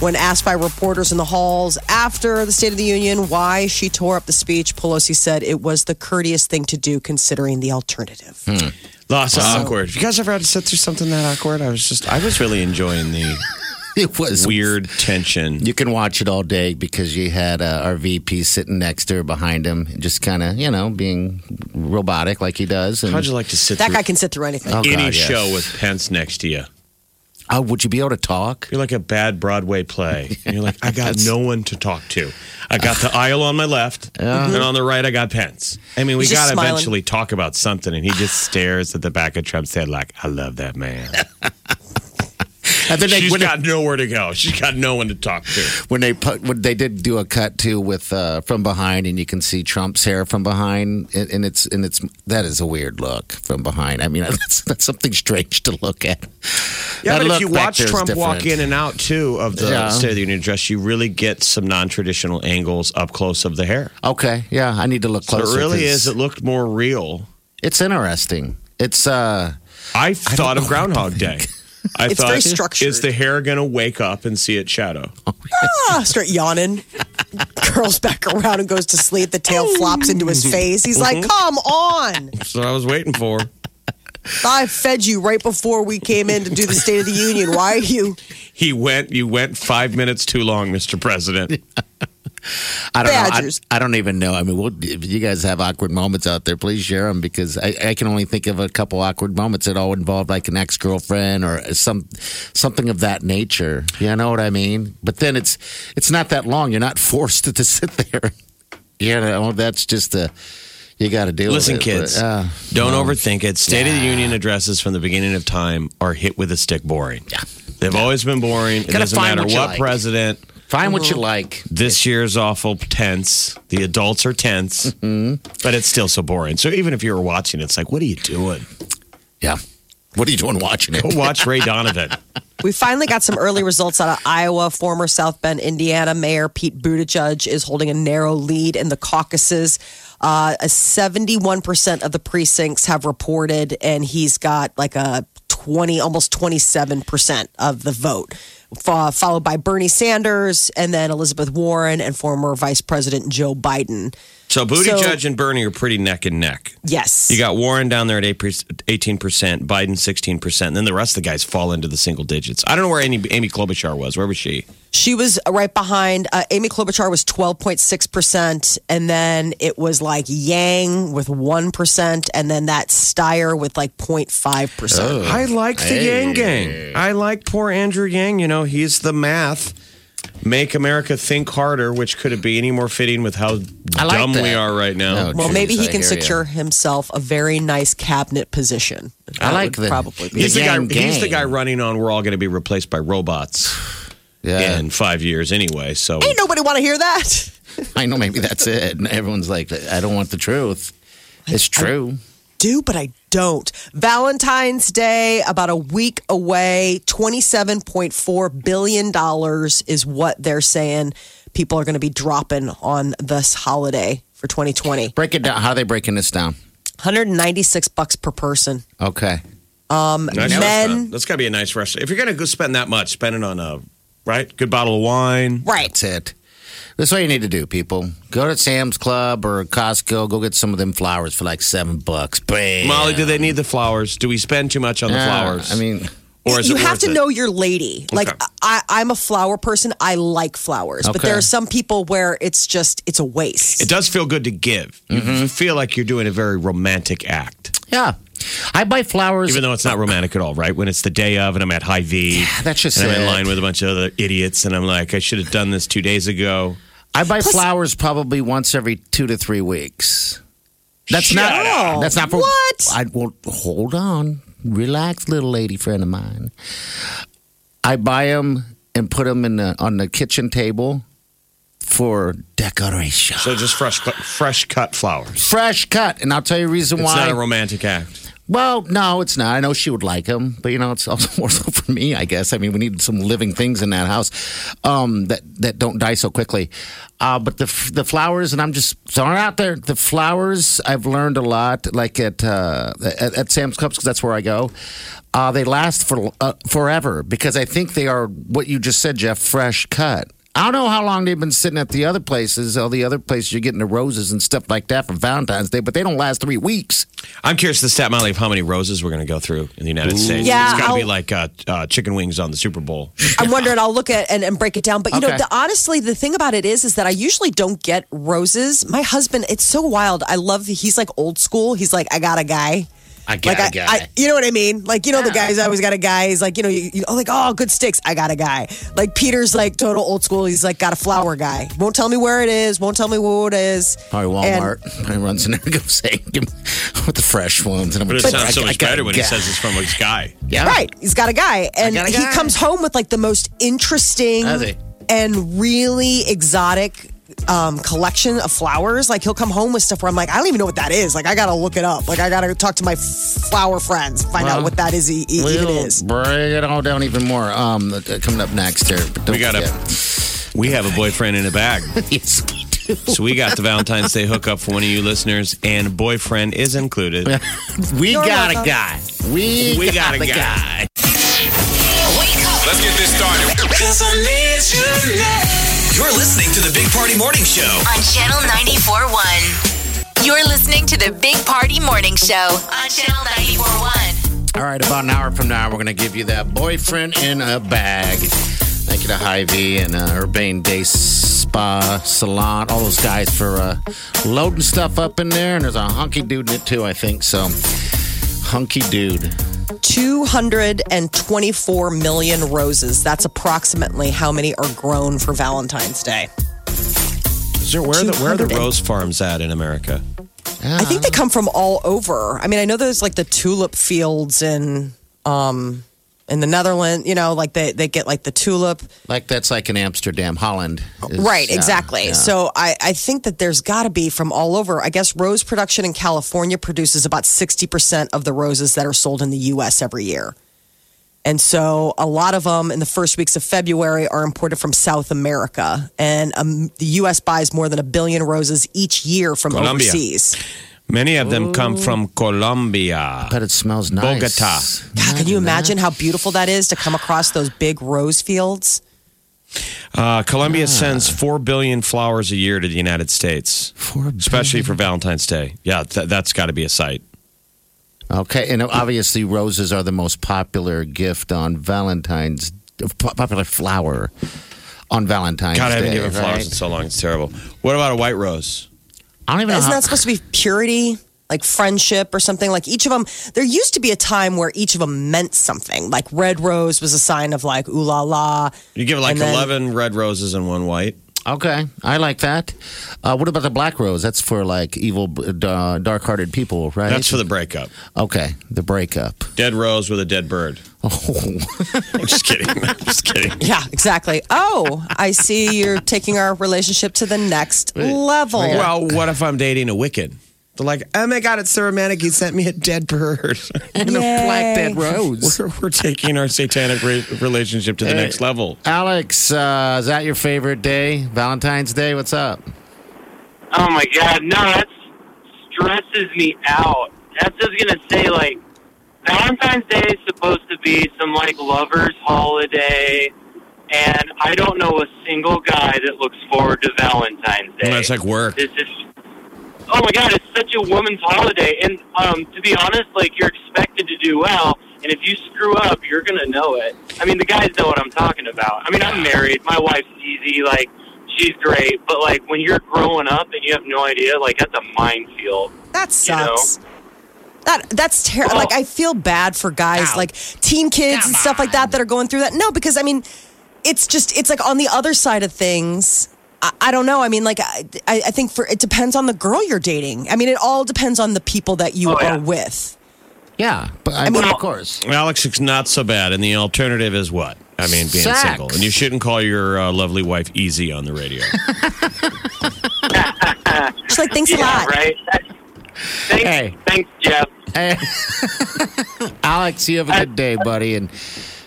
Speaker 3: When asked by reporters in the halls after the State of the Union why she tore up the speech, Pelosi said it was the courteous thing to do considering the alternative.
Speaker 4: Lots of awkward. You guys ever had to sit through something that awkward? I was just, I was really enjoying [LAUGHS] the
Speaker 5: [LAUGHS] It was
Speaker 4: [LAUGHS] weird tension.
Speaker 5: You can watch it all day because you had uh, our VP sitting next to her behind him, just kind of, you know, being robotic like he does. And
Speaker 4: How'd you like to sit
Speaker 3: That
Speaker 4: through
Speaker 3: guy can sit through anything.
Speaker 5: Oh, God,
Speaker 4: any
Speaker 5: yes.
Speaker 4: show with Pence next to you?
Speaker 5: Oh, would you be able to talk?
Speaker 4: You're like a bad Broadway [LAUGHS] play. And you're like, I got no one to talk to. I got [LAUGHS] the aisle on my left, and on the right, I got Pence. I mean, we
Speaker 3: He's
Speaker 4: got
Speaker 3: just
Speaker 4: to
Speaker 3: smiling.
Speaker 4: eventually talk about something, and he
Speaker 3: [SIGHS]
Speaker 4: just stares at the back of Trump's head like, I love
Speaker 3: [LAUGHS]
Speaker 4: that man.
Speaker 5: And then
Speaker 4: She's
Speaker 5: when,
Speaker 4: got nowhere to go. She's got no one to talk to.
Speaker 5: when they put, when they did do a cut too with uh, from behind, and you can see Trump's hair from behind, and, and it's and it's that is a weird look from behind. I mean, [LAUGHS] that's that's something strange to look at.
Speaker 4: Yeah,
Speaker 5: That
Speaker 4: but if
Speaker 5: look
Speaker 4: you
Speaker 5: back
Speaker 4: watch
Speaker 5: there is
Speaker 4: Trump walk
Speaker 5: different.
Speaker 4: in and out too of the
Speaker 5: Yeah.
Speaker 4: State of the Union address, you really get some non-traditional angles up close of the hair.
Speaker 5: Okay, yeah, I need to look
Speaker 4: So
Speaker 5: closer.
Speaker 4: it really
Speaker 5: 'cause
Speaker 4: is. It looked more real.
Speaker 5: It's interesting. It's uh,
Speaker 4: I thought of
Speaker 5: [LAUGHS]
Speaker 4: Groundhog Day. I
Speaker 3: It's
Speaker 4: thought,
Speaker 3: very structured.
Speaker 4: is the hair going to wake up and see its shadow?
Speaker 3: Ah, start yawning, curls back around and goes to sleep. The tail flops into his face. He's like, "Come on!
Speaker 4: That's what I was waiting for.
Speaker 3: I fed you right before we came in to do the State of the Union. Why are you
Speaker 4: [LAUGHS] He went. You went five minutes too long, Mr.
Speaker 5: [LAUGHS]
Speaker 4: President.
Speaker 5: I don't
Speaker 3: Badgers.
Speaker 5: know. I, I don't even know. I mean, we'll, if you guys have awkward moments out there, please share them because I, I can only think of a couple awkward moments that all involved like an ex girlfriend or some something of that nature. You know what I mean? But then it's it's not that long. You're not [LAUGHS] forced to, sit there. You know, that's just a you got to deal.
Speaker 4: Listen,
Speaker 5: with it.
Speaker 4: kids,
Speaker 5: But, uh,
Speaker 4: don't overthink it. State of the Union addresses from the beginning of time are hit with a stick boring. Yeah. They've always been boring. It
Speaker 5: Gotta
Speaker 4: doesn't
Speaker 5: find
Speaker 4: matter
Speaker 5: what
Speaker 4: what,
Speaker 5: you like.
Speaker 4: president.
Speaker 5: find what you like.
Speaker 4: This year's awful tense. The adults are tense,
Speaker 5: Mm-hmm.
Speaker 4: but it's still so boring. So even if you were watching, it's like, what are you doing?
Speaker 5: Yeah. What are you doing watching it?
Speaker 4: Go
Speaker 5: [LAUGHS]
Speaker 4: watch Ray Donovan.
Speaker 3: We finally got some early results out of Iowa. Former South Bend, Indiana Mayor Pete Buttigieg is holding a narrow lead in the caucuses. Uh, a 71% of the precincts have reported, and he's got like a 20, almost 27% of the vote, fo- followed by Bernie Sanders and then Elizabeth Warren and former Vice President Joe Biden.
Speaker 4: So Booty
Speaker 3: So-
Speaker 4: Judge and Bernie are pretty neck and neck.
Speaker 3: Yes.
Speaker 4: You got Warren down there at 18%, Biden 16%, and then the rest of the guys fall into the single digits. I don't know where Amy, Amy Klobuchar was. Where was she?
Speaker 3: She was right behind. Uh, Amy Klobuchar was 12.6%. And then it was like Yang with 1%. And then that Steyer with like 0.5%.
Speaker 5: Oh,
Speaker 4: I like the Yang Gang. I like poor Andrew Yang. You know, he's the math. Make America think harder, which could it be any more fitting with how
Speaker 5: I like
Speaker 4: dumb we
Speaker 5: that.
Speaker 4: are right now?
Speaker 5: No.
Speaker 3: well,
Speaker 5: geez,
Speaker 3: maybe he
Speaker 5: I
Speaker 3: can
Speaker 5: hear ya.
Speaker 3: secure himself a very nice cabinet position.
Speaker 5: I
Speaker 3: That
Speaker 5: like
Speaker 3: would
Speaker 5: the-
Speaker 3: Probably be.
Speaker 4: He's the, guy,
Speaker 5: Yang
Speaker 4: he's the
Speaker 5: Gang.
Speaker 4: guy running on. We're all going to be replaced by robots
Speaker 5: Yeah.
Speaker 4: in five years anyway. So
Speaker 3: Ain't nobody want to hear that.
Speaker 5: [LAUGHS]
Speaker 3: [LAUGHS]
Speaker 5: I know maybe that's it. And everyone's like, I don't want the truth. It's true.
Speaker 3: do, but I don't. Valentine's Day, about a week away, $27.4 billion is what they're saying people are going to be dropping on this holiday for 2020.
Speaker 5: Break it down. How are they breaking this down?
Speaker 3: 196 bucks per person.
Speaker 5: Okay.
Speaker 4: Nice
Speaker 3: Men-
Speaker 4: restaurant. That's got to be a nice restaurant. If you're going to go spend that much, spend it on a right good bottle of wine.
Speaker 3: Right.
Speaker 5: That's it. That's what you need to do, people. Go to Sam's Club or Costco. Go get some of them flowers for like seven bucks. Bam.
Speaker 4: Molly, do they need the flowers? Do we spend too much on the
Speaker 5: Yeah,
Speaker 4: flowers?
Speaker 5: I mean,
Speaker 4: Or is
Speaker 3: you
Speaker 4: it
Speaker 3: have
Speaker 4: worth
Speaker 3: to
Speaker 4: it?
Speaker 3: know your lady. Like
Speaker 4: Okay.
Speaker 3: I, I'm a flower person. I like flowers, but
Speaker 5: Okay.
Speaker 3: there are some people where it's just it's a waste.
Speaker 4: It does feel good to give.
Speaker 3: Mm-hmm.
Speaker 4: You feel like you're doing a very romantic act,
Speaker 5: Yeah. I buy flowers.
Speaker 4: even though it's not romantic at all, right? When it's the day of and I'm at High V, yeah,
Speaker 5: that's just
Speaker 4: and I'm in
Speaker 5: it.
Speaker 4: line with a bunch of other idiots, and I'm like, I should have done this two days ago.
Speaker 5: I buy flowers probably once every two to three weeks. That's
Speaker 4: Shut
Speaker 5: not.
Speaker 4: up.
Speaker 5: That's not for
Speaker 3: What?
Speaker 5: I won't hold on. Relax, little lady friend of mine. I buy them and put them in the, on the kitchen table for decoration.
Speaker 4: So just fresh, cut- fresh cut flowers.
Speaker 5: Fresh cut, and I'll tell you the reason
Speaker 4: It's
Speaker 5: why.
Speaker 4: not a romantic act.
Speaker 5: Well, no, it's not. I know she would like him, but you know, it's also [LAUGHS] more so for me, I guess. I mean, we need some living things in that house um, that that don't die so quickly. Uh, but the f- the flowers, and I'm just throwing it out there. The flowers, I've learned a lot, like at uh, at, at Sam's Clubs, 'cause that's where I go. Uh, they last for uh, forever because I think they are what you just said, Jeff, fresh cut. I don't know how long they've been sitting at the other places. All the other places you're getting the roses and stuff like that for Valentine's Day, but they don't last three weeks.
Speaker 4: I'm curious the stat, Molly, of how many roses we're going to go through in the United States.
Speaker 3: Yeah,
Speaker 4: it's got to be
Speaker 3: I'll-
Speaker 4: like uh, uh, chicken wings on the Super Bowl.
Speaker 3: [LAUGHS] I'm wondering. I'll look at and, and break it down. But you know,
Speaker 5: Okay.
Speaker 3: the, honestly, the thing about it is, is that I usually don't get roses. My husband, it's so wild. I love. He's like old school. He's like, I got a guy.
Speaker 5: I got
Speaker 3: like
Speaker 5: a guy.
Speaker 3: I, I, you know what I mean? Like you know, the guys always got a guy. He's like, you know, you, you, like oh, good sticks. I got a guy. Like Peter's like total old school. He's like got a flower guy. Won't tell me where it is. Won't tell me who it is.
Speaker 5: Probably Walmart. Probably runs in there and goes, hey, give me [LAUGHS] with the fresh ones. And I'm
Speaker 4: But it
Speaker 5: like,
Speaker 4: sounds so
Speaker 5: I- I
Speaker 4: much
Speaker 5: got
Speaker 4: better when
Speaker 5: a
Speaker 4: he
Speaker 5: guy.
Speaker 4: says it's from a guy.
Speaker 5: yeah.
Speaker 3: Right. He's got a guy. And
Speaker 5: Oh. got a
Speaker 3: he
Speaker 5: guy.
Speaker 3: comes home with like the most interesting
Speaker 5: Does he?
Speaker 3: and really exotic um, collection of flowers. Like he'll come home with stuff where I'm like, I don't even know what that is. Like I got to look it up. Like I got to talk to my flower friends, find out
Speaker 5: Well,
Speaker 3: what that is e- e- even
Speaker 5: We'll
Speaker 3: is.
Speaker 5: bring it all down even more. Um, uh, coming up next here. But don't
Speaker 4: We got a
Speaker 5: forget. [LAUGHS]
Speaker 4: we have a boyfriend in a bag.
Speaker 5: yes, we do.
Speaker 4: So we got the Valentine's Day hookup for one of you listeners, and boyfriend is included.
Speaker 5: We got a guy. We,
Speaker 4: We got a guy.
Speaker 1: Wake up.
Speaker 2: Let's get this started. You're listening to the Big Party Morning Show.
Speaker 1: on Channel 94.1. You're listening to the Big Party Morning Show on Channel 94.1.
Speaker 5: All right, about an hour from now, we're going to give you that boyfriend in a bag. Thank you to Hy-Vee and uh, Urbane Day Spa Salon, all those guys for uh, loading stuff up in there. And there's a hunky dude in it too, I think. So, hunky dude.
Speaker 3: 224 million roses. That's approximately how many are grown for Valentine's Day.
Speaker 4: Is there, where, are the, where are the
Speaker 3: 200.
Speaker 4: rose farms at in America?
Speaker 3: I think they come from all over. I mean, I know there's like the tulip fields in um in the Netherlands, you know, like they, they get like the tulip.
Speaker 5: Like that's like in Amsterdam, Holland. is-
Speaker 3: right,
Speaker 5: yeah,
Speaker 3: exactly.
Speaker 5: yeah.
Speaker 3: So I, I think that there's gotta be from all over. I guess rose production in California produces about sixty percent of the roses that are sold in the US every year. And so a lot of them in the first weeks of February are imported from South America. And um, the US buys more than a billion roses each year from
Speaker 4: Colombia.
Speaker 3: overseas.
Speaker 4: Many of them come from Colombia.
Speaker 5: but it smells nice.
Speaker 4: Bogota.
Speaker 3: God, can you imagine how beautiful that is to come across those big rose fields?
Speaker 4: Uh, Colombia sends 4 billion flowers a year to the United States,
Speaker 5: Four
Speaker 4: especially for Valentine's Day. Yeah, th- that's got to be a sight.
Speaker 5: Okay, and obviously roses are the most popular gift on Valentine's po- popular flower on Valentine's
Speaker 4: God, I
Speaker 5: Day.
Speaker 4: haven't given flowers in
Speaker 5: right?
Speaker 4: so long. It's terrible. What about a white rose?
Speaker 5: I don't even know.
Speaker 3: Isn't
Speaker 5: how-
Speaker 3: that supposed to be purity? Like friendship or something? Like each of them, there used to be a time where each of them meant something. Like red rose was a sign of like, ooh la la.
Speaker 4: You give like
Speaker 3: And then-
Speaker 4: 11 red roses and one white.
Speaker 5: okay, I like that. Uh, what about the black rose? That's for like evil, uh, dark-hearted people, right?
Speaker 4: That's for the breakup.
Speaker 5: okay, the breakup. [LAUGHS]
Speaker 4: Dead rose with a dead bird. [LAUGHS]
Speaker 5: Oh,
Speaker 4: I'm just kidding. I'm just kidding.
Speaker 3: Yeah, exactly. Oh, I see you're taking our relationship to the next level.
Speaker 4: Well, what if I'm dating a wicked? They're like, oh my God, it's so romantic. He sent me a dead bird.
Speaker 5: and the black dead rose.
Speaker 4: we're, we're taking our satanic re- relationship to the next level.
Speaker 5: Alex, uh, is that your favorite day? Valentine's Day? What's up?
Speaker 9: Oh my god, no, that stresses me out. That's just gonna say like Valentine's Day is supposed to be some like lovers holiday and I don't know a single guy that looks forward to Valentine's Day.
Speaker 4: That's like work.
Speaker 9: This is oh my god, it's such a woman's holiday, and um, to be honest, like you're expected to do well. And if you screw up, you're gonna know it. I mean, the guys know what I'm talking about. I mean, I'm married. My wife's easy. Like, she's great. But like, when you're growing up and you have no idea, like that's a minefield.
Speaker 3: That sucks.
Speaker 9: You know?
Speaker 3: That that's terrible. Like I feel bad for guys like teen kids and stuff like that that are going through that. No, because I mean, it's just it's like on the other side of things. I, I don't know. I mean, like I, I I think for it depends on the girl you're dating. I mean, it all depends on the people that you
Speaker 5: Oh, yeah.
Speaker 3: are with.
Speaker 5: Yeah, but I, mean, of course.
Speaker 4: Alex, it's not so bad. And the alternative is what? I mean, being
Speaker 5: Sex.
Speaker 4: single. And you shouldn't call your uh, lovely wife easy on the radio.
Speaker 3: She's like, thanks a
Speaker 9: yeah,
Speaker 3: lot.
Speaker 9: right? Thanks,
Speaker 5: Hey.
Speaker 9: thanks, Jeff.
Speaker 5: Hey. [LAUGHS] Alex, you have a good day, buddy, and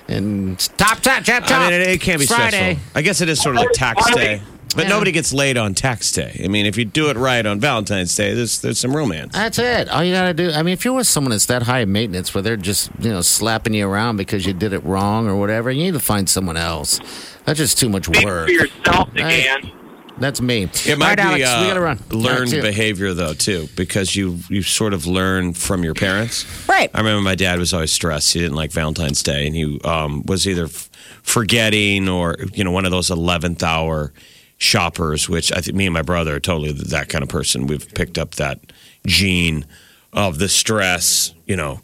Speaker 5: and top top top top.
Speaker 4: I mean, it, it can't be
Speaker 5: Friday.
Speaker 4: stressful. I guess it is sort of like tax day. But
Speaker 5: Yeah.
Speaker 4: nobody gets laid on tax day. I mean, if you do it right on Valentine's Day, there's there's some romance.
Speaker 5: That's it. All you gotta do. I mean, if you're with someone that's that high maintenance, where they're just you know slapping you around because you did it wrong or whatever, you need to find someone else. That's just too much
Speaker 9: Speak
Speaker 5: work.
Speaker 9: for yourself
Speaker 5: Hey.
Speaker 9: again.
Speaker 5: That's me.
Speaker 4: It
Speaker 5: All
Speaker 4: might
Speaker 5: right,
Speaker 4: be
Speaker 5: Alex,
Speaker 4: uh,
Speaker 5: we gotta run.
Speaker 4: learned
Speaker 5: That's it.
Speaker 4: behavior though too, because you you sort of learn from your parents.
Speaker 3: Right.
Speaker 4: I remember my dad was always stressed. He didn't like Valentine's Day, and he um, was either f- forgetting or you know one of those eleventh hour shoppers. Which I think me and my brother are totally th- that kind of person. We've picked up that gene of the stress. You know,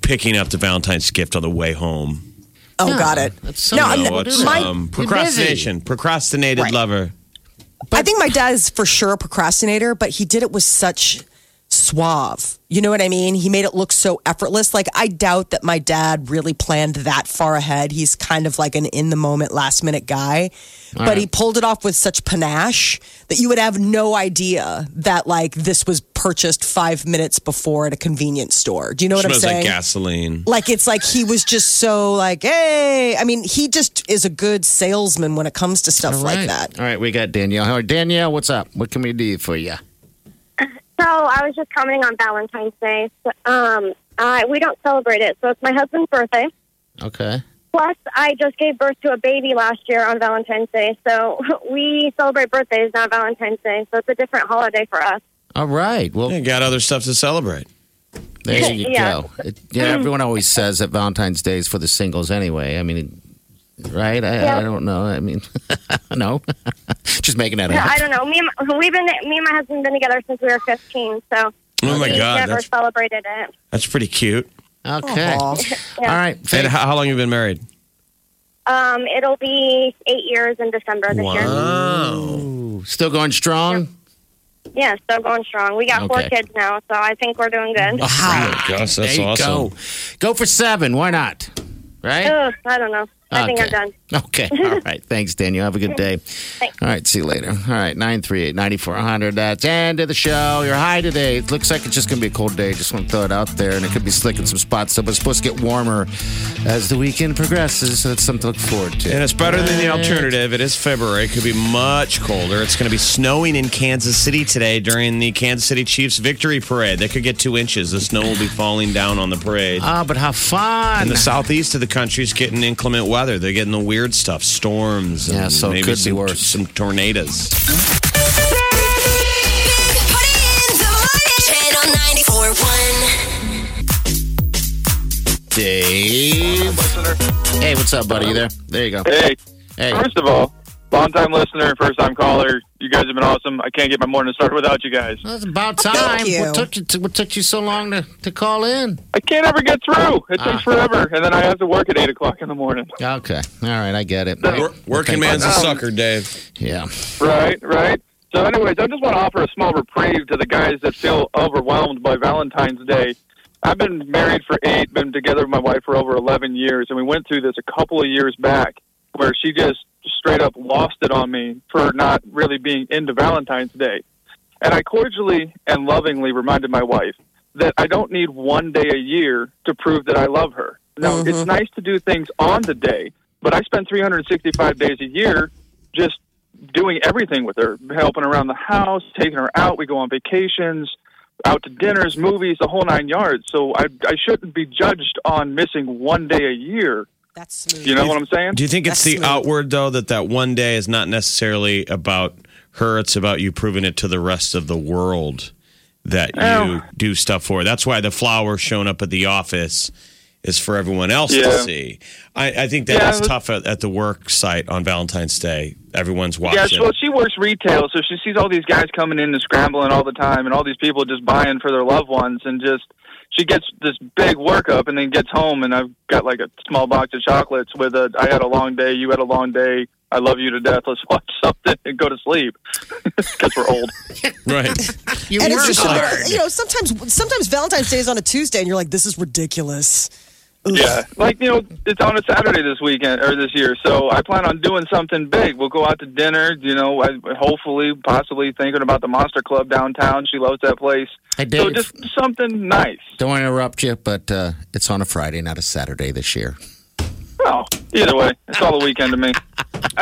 Speaker 4: picking up the Valentine's gift on the way home.
Speaker 3: Oh, got it.
Speaker 5: That's so
Speaker 3: No, I'm-
Speaker 5: mean.
Speaker 4: So it's,
Speaker 3: my-
Speaker 4: um, procrastination, procrastinated
Speaker 3: Right.
Speaker 4: lover.
Speaker 3: I think my dad is for sure a procrastinator, but he did it with such suave. You know what I mean? He made it look so effortless. Like, I doubt that my dad really planned that far ahead. He's kind of like an in the moment, last minute guy. but he pulled it off with such panache that you would have no idea that, like, this was purchased five minutes before at a convenience store. Do you know what I'm
Speaker 4: Smells like
Speaker 3: saying?
Speaker 4: gasoline.
Speaker 3: Like it's like he was just so like, hey. I mean, he just is a good salesman when it comes to stuff
Speaker 5: All
Speaker 3: like
Speaker 5: right.
Speaker 3: that.
Speaker 5: All right, we got Danielle. All right, Danielle, what's up? What can we do for you?
Speaker 10: So I was just commenting on Valentine's Day. So, um, I, we don't celebrate it, so it's my husband's birthday.
Speaker 5: Okay.
Speaker 10: Plus, I just gave birth to a baby last year on Valentine's Day, so [LAUGHS] we celebrate birthdays, not Valentine's Day. So it's a different holiday for us.
Speaker 5: All right. Well,
Speaker 4: You got other stuff to celebrate.
Speaker 5: There you
Speaker 10: Yeah. Mm.
Speaker 5: go. It, yeah, everyone always says that Valentine's Day is for the singles anyway. I mean, right? I, I
Speaker 10: Yeah.
Speaker 5: don't know. I mean, [LAUGHS] no. [LAUGHS] Just making that
Speaker 10: I
Speaker 5: up.
Speaker 10: don't know. Me, and my- we've been me and my husband have been together since we were fifteen, so
Speaker 4: Oh my
Speaker 10: we've
Speaker 4: god,
Speaker 10: never
Speaker 4: that's
Speaker 10: celebrated it.
Speaker 4: that's pretty cute.
Speaker 5: Okay.
Speaker 3: Aw.
Speaker 5: All right.
Speaker 4: And how, how long you been married?
Speaker 10: Um, it'll be eight years in December this year.
Speaker 5: Ooh, Still going strong?
Speaker 10: Yeah, still going strong. We got four
Speaker 5: Okay.
Speaker 10: kids now, so I think we're
Speaker 4: [LAUGHS]
Speaker 10: doing good.
Speaker 4: Oh, gosh, that's
Speaker 5: there you
Speaker 4: awesome.
Speaker 5: go. Go for seven. Why not?
Speaker 11: Oh.
Speaker 5: Right?
Speaker 10: Ugh, I don't know. I think I'm
Speaker 5: Okay.
Speaker 10: done.
Speaker 5: [LAUGHS] Okay. All right. Thanks, Daniel. Have a good day. All right. See you later. All right. 938 9400. That's the end of the show. Your high today. It looks like it's just going to be a cold day. Just want to throw it out there. And it could be slick in some spots. So it's supposed to get warmer as the weekend progresses. So that's something to look forward to.
Speaker 4: And it's better than
Speaker 5: Uh,
Speaker 4: the alternative. It is February. It could be much colder. It's going to be snowing in Kansas City today during the Kansas City Chiefs victory parade. They could get two inches. The snow will be falling down on the parade.
Speaker 5: Ah, but how fun.
Speaker 4: and the southeast of the country is getting inclement weather. They're getting the weird stuff, storms, and
Speaker 5: Yeah, so it
Speaker 4: maybe
Speaker 5: could be
Speaker 4: some,
Speaker 5: worse.
Speaker 4: some tornadoes.
Speaker 1: Big Party in the morning. Channel 94.1.
Speaker 5: Dave. Hey, what's up, buddy? You there? There you go.
Speaker 12: Hey,
Speaker 5: Hey.
Speaker 12: first of all, long time listener, first time caller. You guys have been awesome. I can't get my morning started without you guys.
Speaker 5: Well, it's about time.
Speaker 3: you.
Speaker 5: What took you? what took you so long to, to call in?
Speaker 12: I can't ever get through. It
Speaker 4: Uh,
Speaker 5: Ah.
Speaker 12: takes forever, and then I have to work at eight o'clock in the morning.
Speaker 5: Okay. All right. I get it.
Speaker 4: Wor- working man's
Speaker 5: Um,
Speaker 4: a sucker, Dave.
Speaker 5: Yeah.
Speaker 12: Right, right. So, anyways, I just want to offer a small reprieve to the guys that feel overwhelmed by Valentine's Day. I've been married for eight, been together with my wife for over 11 years, and we went through this a couple of years back where she just straight up lost it on me for not really being into Valentine's Day. And I cordially and lovingly reminded my wife that I don't need one day a year to prove that I love her. Now, it's nice to do things on the day, but I spend 365 days a year just doing everything with her, helping around the house, taking her out. We go on vacations, out to dinners, movies, the whole nine yards. So I, I shouldn't be judged on missing one day a year.
Speaker 3: That's smooth.
Speaker 12: You know what I'm saying?
Speaker 4: Do you think it's
Speaker 3: That's
Speaker 4: the
Speaker 3: smooth.
Speaker 4: outward though that that one day is not necessarily about her? It's about you proving it to the rest of the
Speaker 12: Oh.
Speaker 4: world that you do stuff for. That's why the flower showing up at the office is for everyone else to
Speaker 12: Yeah.
Speaker 4: see. I, I think that
Speaker 12: Yeah,
Speaker 4: it's
Speaker 12: it was-
Speaker 4: tough at, at the work site on Valentine's Day. Everyone's watching.
Speaker 12: Yeah, so she works retail, so she sees all these guys coming in and scrambling all the time, and all these people just buying for their loved ones, and just she gets this big workup, and then gets home, and I've got like a small box of chocolates with a. I had a long day. You had a long day. I love you to death. Let's [LAUGHS] watch something and go to sleep [LAUGHS] because we're old. [LAUGHS]
Speaker 3: Right.
Speaker 12: You
Speaker 3: and it's
Speaker 12: work
Speaker 3: just,
Speaker 12: hard.
Speaker 3: you know, sometimes sometimes Valentine's Day is on a Tuesday, and you're like, this is ridiculous.
Speaker 12: Yeah, [LAUGHS] like you know, it's on a Saturday this weekend or this year, so I plan on doing something big. We'll go out to dinner. You know, I, hopefully, possibly thinking about the Monster Club downtown. She loves that place.
Speaker 5: I did.
Speaker 12: So just something nice.
Speaker 5: Don't want to interrupt you, but uh, it's on a Friday, not a Saturday this year.
Speaker 12: Well, either way, it's all the weekend to me.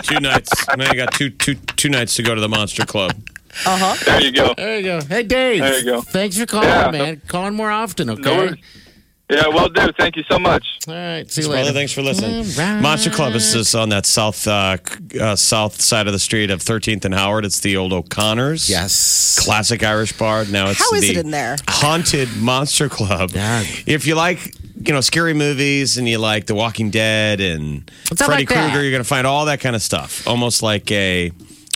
Speaker 4: two nights. Now you got two, two, two nights to go to the Monster Club.
Speaker 12: Uh huh. There you go.
Speaker 5: There you go. Hey, Dave.
Speaker 12: There you go.
Speaker 5: Thanks for calling,
Speaker 12: Yeah.
Speaker 5: man. Calling more often, okay?
Speaker 12: worries. Yeah, well, do. Thank you so much.
Speaker 5: All right. See
Speaker 4: Thanks,
Speaker 5: you later.
Speaker 4: brother. Thanks for
Speaker 5: Mm-hmm.
Speaker 4: listening. Monster Club is just on that south uh, c- uh, south side of the street of 13th and Howard. It's the old O'Connors.
Speaker 5: Yes.
Speaker 4: Classic Irish bar. Now it's
Speaker 3: How is
Speaker 4: the
Speaker 3: it in there?
Speaker 4: Haunted Monster Club. If you like, you know, scary movies and you like The Walking Dead and
Speaker 5: It's not
Speaker 4: Freddy
Speaker 5: like that.
Speaker 4: Krueger, you're going to find all that kind of stuff. Almost like a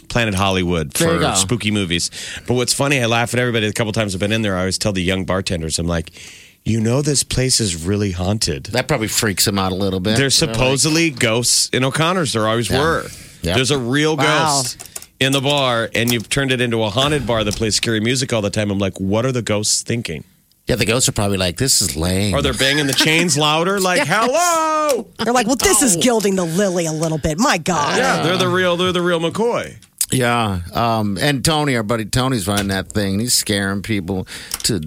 Speaker 4: Planet Hollywood
Speaker 5: There you
Speaker 4: for
Speaker 5: go.
Speaker 4: spooky movies. But what's funny, I laugh at everybody. A couple times I've been in there, I always tell the young bartenders, I'm like, you know, this place is really haunted.
Speaker 5: That probably freaks him out a little bit.
Speaker 4: There's supposedly ghosts in O'Connor's. There always were.
Speaker 5: Yep.
Speaker 4: There's a real
Speaker 5: Wow.
Speaker 4: ghost in the bar, and you've turned it into a haunted bar that plays scary music all the time. I'm like, what are the ghosts thinking?
Speaker 5: Yeah, the ghosts are probably like, this is lame.
Speaker 4: Are they banging the chains louder? Like, hello?
Speaker 3: They're like, well, this
Speaker 5: Oh.
Speaker 3: is gilding the lily a little bit. My God.
Speaker 4: Yeah, they're the real. They're the real McCoy.
Speaker 5: Yeah. Um, and Tony, our buddy Tony's running that thing. He's scaring people to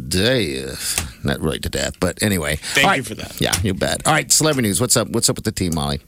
Speaker 5: death. Not really to death, but anyway.
Speaker 4: Thank
Speaker 5: All
Speaker 4: you
Speaker 5: right.
Speaker 4: for that.
Speaker 5: Yeah, you bet. All right, celebrity news. What's up? What's up with the team, Molly?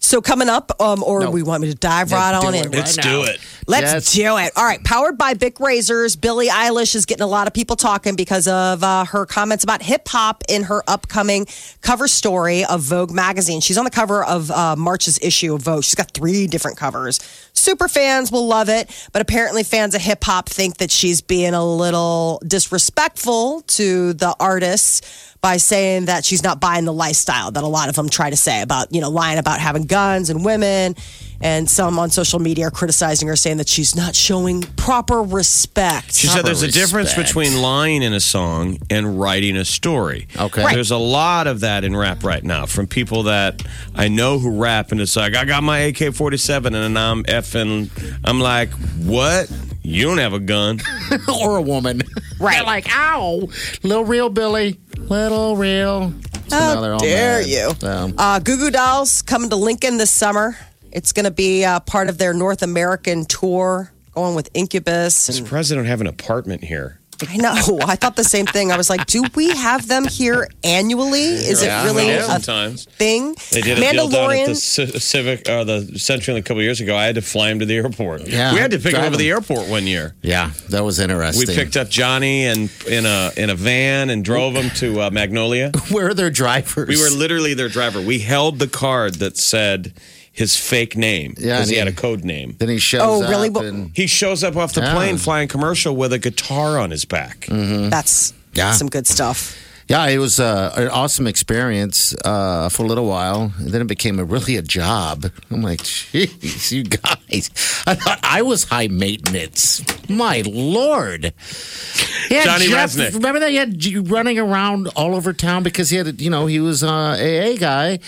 Speaker 3: So coming up, um, or
Speaker 5: No.
Speaker 3: we want me to dive right
Speaker 5: do
Speaker 3: on
Speaker 5: it
Speaker 3: in.
Speaker 5: right Let's now. do it.
Speaker 3: Let's do it. All right. Powered by Bic Razors, Billie Eilish is getting a lot of people talking because of uh, her comments about hip hop in her upcoming cover story of Vogue magazine. She's on the cover of uh, March's issue of Vogue. She's got three different covers. Super fans will love it, but apparently fans of hip hop think that she's being a little disrespectful to the artists by saying that she's not buying the lifestyle that a lot of them try to say about, you know, lying about having guns and women. And some on social media are criticizing her, saying that she's not showing proper respect.
Speaker 4: She said there's a difference between lying in a song and writing a story. Okay. There's a lot of that in rap right now from people that I know who rap and it's like, I got my AK 47 and I'm effing. I'm like, what? You don't have a gun.
Speaker 5: [LAUGHS] or a woman. Right. They're like, ow. Little real Billy. Little real. now they're
Speaker 3: How
Speaker 5: all
Speaker 3: dare
Speaker 5: mad.
Speaker 3: you?
Speaker 5: So-
Speaker 3: Uh, Goo Goo Dolls coming to Lincoln this summer. It's going to be uh, part of their North American tour, going with Incubus.
Speaker 4: I'm
Speaker 3: And
Speaker 4: surprised they don't have an apartment here.
Speaker 3: I know. [LAUGHS] I thought the same thing. I was like, do we have them here annually? Is
Speaker 4: Yeah,
Speaker 3: it really
Speaker 4: well,
Speaker 3: a
Speaker 4: sometimes.
Speaker 3: thing?
Speaker 4: They did a deal down at the Ci- Civic, uh, the CenturyLink a couple years ago. I had to fly him to the airport.
Speaker 5: Yeah,
Speaker 4: we had to pick him up
Speaker 5: drive
Speaker 4: at the
Speaker 5: him.
Speaker 4: airport one year.
Speaker 5: Yeah, that was
Speaker 4: We
Speaker 5: interesting. [LAUGHS]
Speaker 4: picked up Johnny and in a in a van and drove him to uh, Magnolia.
Speaker 5: Where are their drivers?
Speaker 4: We were literally their driver. We held the card that said his fake name because
Speaker 5: Yeah, and
Speaker 4: he
Speaker 5: he-
Speaker 4: had a code name.
Speaker 5: Then he shows
Speaker 3: Oh, really?
Speaker 5: up
Speaker 3: Well-
Speaker 5: and-
Speaker 4: He shows up off the
Speaker 5: Yeah.
Speaker 4: plane flying commercial with a guitar on his back.
Speaker 3: That's
Speaker 5: Yeah.
Speaker 3: some good stuff.
Speaker 5: Yeah, it was uh, an awesome experience uh, for a little while. And then it became a, really a job. I'm like, jeez, you guys. I thought I was high maintenance. My Lord. Yeah,
Speaker 4: Johnny
Speaker 5: Jeff,
Speaker 4: Resnick.
Speaker 5: Remember that? He had G- running around all over town because he had, you know, he was uh, AA guy,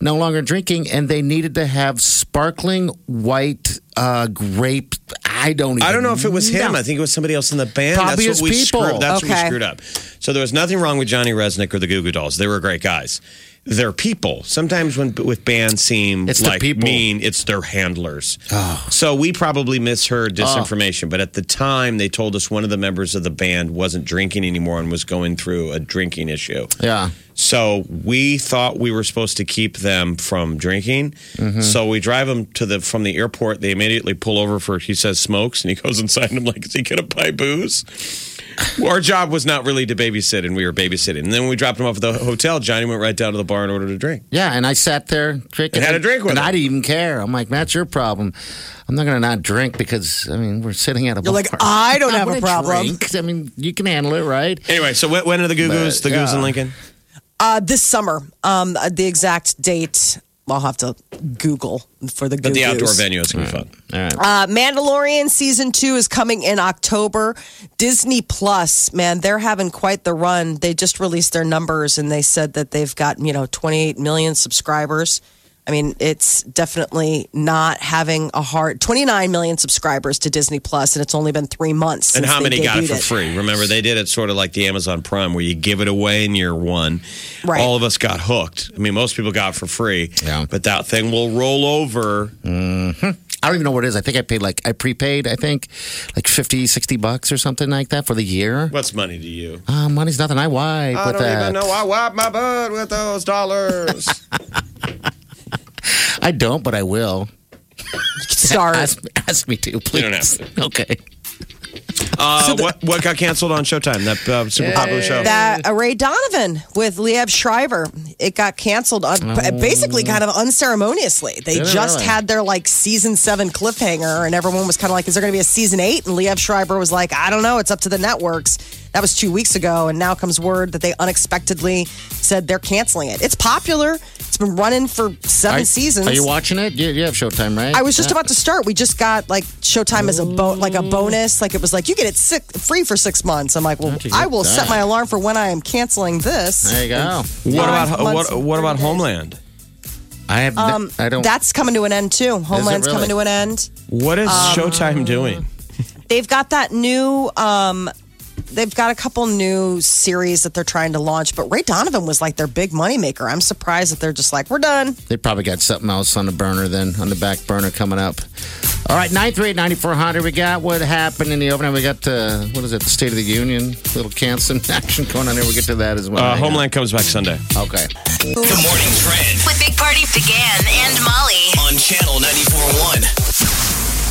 Speaker 5: no longer drinking, and they needed to have sparkling white uh, grape. I don't even
Speaker 4: I don't know if it was him.
Speaker 5: know.
Speaker 4: I think it was somebody else in the band.
Speaker 5: Probably
Speaker 4: that's
Speaker 5: his
Speaker 4: what we
Speaker 5: people.
Speaker 4: screwed. That's what
Speaker 3: Okay.
Speaker 4: we screwed up. So there was nothing wrong with Johnny Resnick or the Goo Goo Dolls. They were great guys. They're people. Sometimes when with bands seem
Speaker 5: It's the
Speaker 4: like
Speaker 5: people.
Speaker 4: mean, it's their handlers.
Speaker 5: Oh.
Speaker 4: So we probably misheard disinformation. But at the time, they told us one of the members of the band wasn't drinking anymore and was going through a drinking issue.
Speaker 5: Yeah.
Speaker 4: So we thought we were supposed to keep them from drinking.
Speaker 5: Mm-hmm.
Speaker 4: So we drive them to the from the airport. They immediately pull over for he says smokes, and he [LAUGHS] goes inside. And I'm like, is he gonna buy booze? Well, Our job was not really to babysit, and we were babysitting. And then when we dropped him off at the hotel, Johnny went right down to the bar and ordered a drink.
Speaker 5: Yeah, and I sat there drinking.
Speaker 4: And had a drink with
Speaker 5: And
Speaker 4: him.
Speaker 5: I didn't even care. I'm like, that's your problem. I'm not going to not drink because, I mean, we're sitting at a
Speaker 3: You're
Speaker 5: bar.
Speaker 3: like, I
Speaker 5: [LAUGHS]
Speaker 3: don't have a
Speaker 5: wouldn't
Speaker 3: problem.
Speaker 5: drink. I mean, you can handle it, right?
Speaker 4: Anyway, so when, when are the Goo Goos,
Speaker 5: But,
Speaker 4: the Goos in
Speaker 5: yeah.
Speaker 4: Lincoln?
Speaker 3: Uh, this summer, um, uh, the exact date. I'll have to Google for the.
Speaker 4: But the outdoor
Speaker 3: Googlers.
Speaker 4: venue is going to be fun.
Speaker 5: All right.
Speaker 3: Uh, Mandalorian season two is coming in October. Disney Plus, man, they're having quite the run. They just released their numbers and they said that they've got, you know, 28 million subscribers. I mean, it's definitely not having a hard 29 million subscribers to Disney Plus, and it's only been three months.
Speaker 4: And
Speaker 3: since
Speaker 4: how
Speaker 3: they
Speaker 4: many got it
Speaker 3: debuted
Speaker 4: for free? Remember, they did it sort of like the Amazon Prime, where you give it away in year one.
Speaker 3: Right.
Speaker 4: All of us got hooked. I mean, most people got it for free. Yeah. But that thing will roll over.
Speaker 5: I don't even know what it is. I think I paid like, I prepaid, I think, like 50, 60 bucks or something like that for the year.
Speaker 4: What's money to you?
Speaker 5: Uh, money's nothing. I wipe
Speaker 4: I
Speaker 5: with
Speaker 4: don't
Speaker 5: that.
Speaker 4: even know. I wipe my butt with those dollars.
Speaker 5: I don't, but I will. [LAUGHS]
Speaker 3: Start.
Speaker 5: ask, ask me to, please.
Speaker 4: You don't
Speaker 5: [LAUGHS]
Speaker 4: have
Speaker 5: Okay.
Speaker 4: [LAUGHS] uh, what what got canceled on Showtime? That uh, super popular show.
Speaker 3: That uh, Ray Donovan with Liev Schreiber, it got canceled on basically kind of unceremoniously. They
Speaker 4: Oh. Did it
Speaker 3: just
Speaker 4: really?
Speaker 3: had their like season seven cliffhanger, and everyone was kind of like, "Is there going to be a season eight? And Liev Schreiber was like, "I don't know. It's up to the networks." That was two weeks ago, and now comes word that they unexpectedly said they're canceling it. It's popular. It's been running for seven
Speaker 5: Are-
Speaker 3: seasons.
Speaker 5: Are you watching it? You, you have Showtime, right?
Speaker 3: I was just
Speaker 5: Yeah.
Speaker 3: about to start. We just got like Showtime as a bo- like a bonus. Like it was like you get it sick free for six months. I'm like, well,
Speaker 4: How'd you
Speaker 3: I
Speaker 4: get
Speaker 3: will set
Speaker 4: that?
Speaker 3: my alarm for when I am canceling this.
Speaker 4: What
Speaker 3: Five
Speaker 4: about
Speaker 3: months.
Speaker 4: what what about Homeland?
Speaker 5: I have.
Speaker 3: Um, That's coming to an end too. Homeland's coming to
Speaker 4: really?
Speaker 3: an end.
Speaker 4: What is
Speaker 3: Um,
Speaker 4: Showtime doing?
Speaker 3: They've got that new. Um, they've got a couple new series that they're trying to launch. But Ray Donovan was like their big moneymaker. I'm surprised that they're just like, we're done.
Speaker 5: They probably got something else on the burner then, on the back burner coming up. All right, 938-9400. We got what happened in the overnight. We got the, what is it, the State of the Union, little canceling [LAUGHS] action going on there. We'll get to that as well.
Speaker 4: Uh,
Speaker 5: Hang on.
Speaker 4: Homeland comes back Sunday.
Speaker 5: Okay.
Speaker 2: The morning trend
Speaker 1: With Big Party began and Molly.
Speaker 2: on Channel 94.1.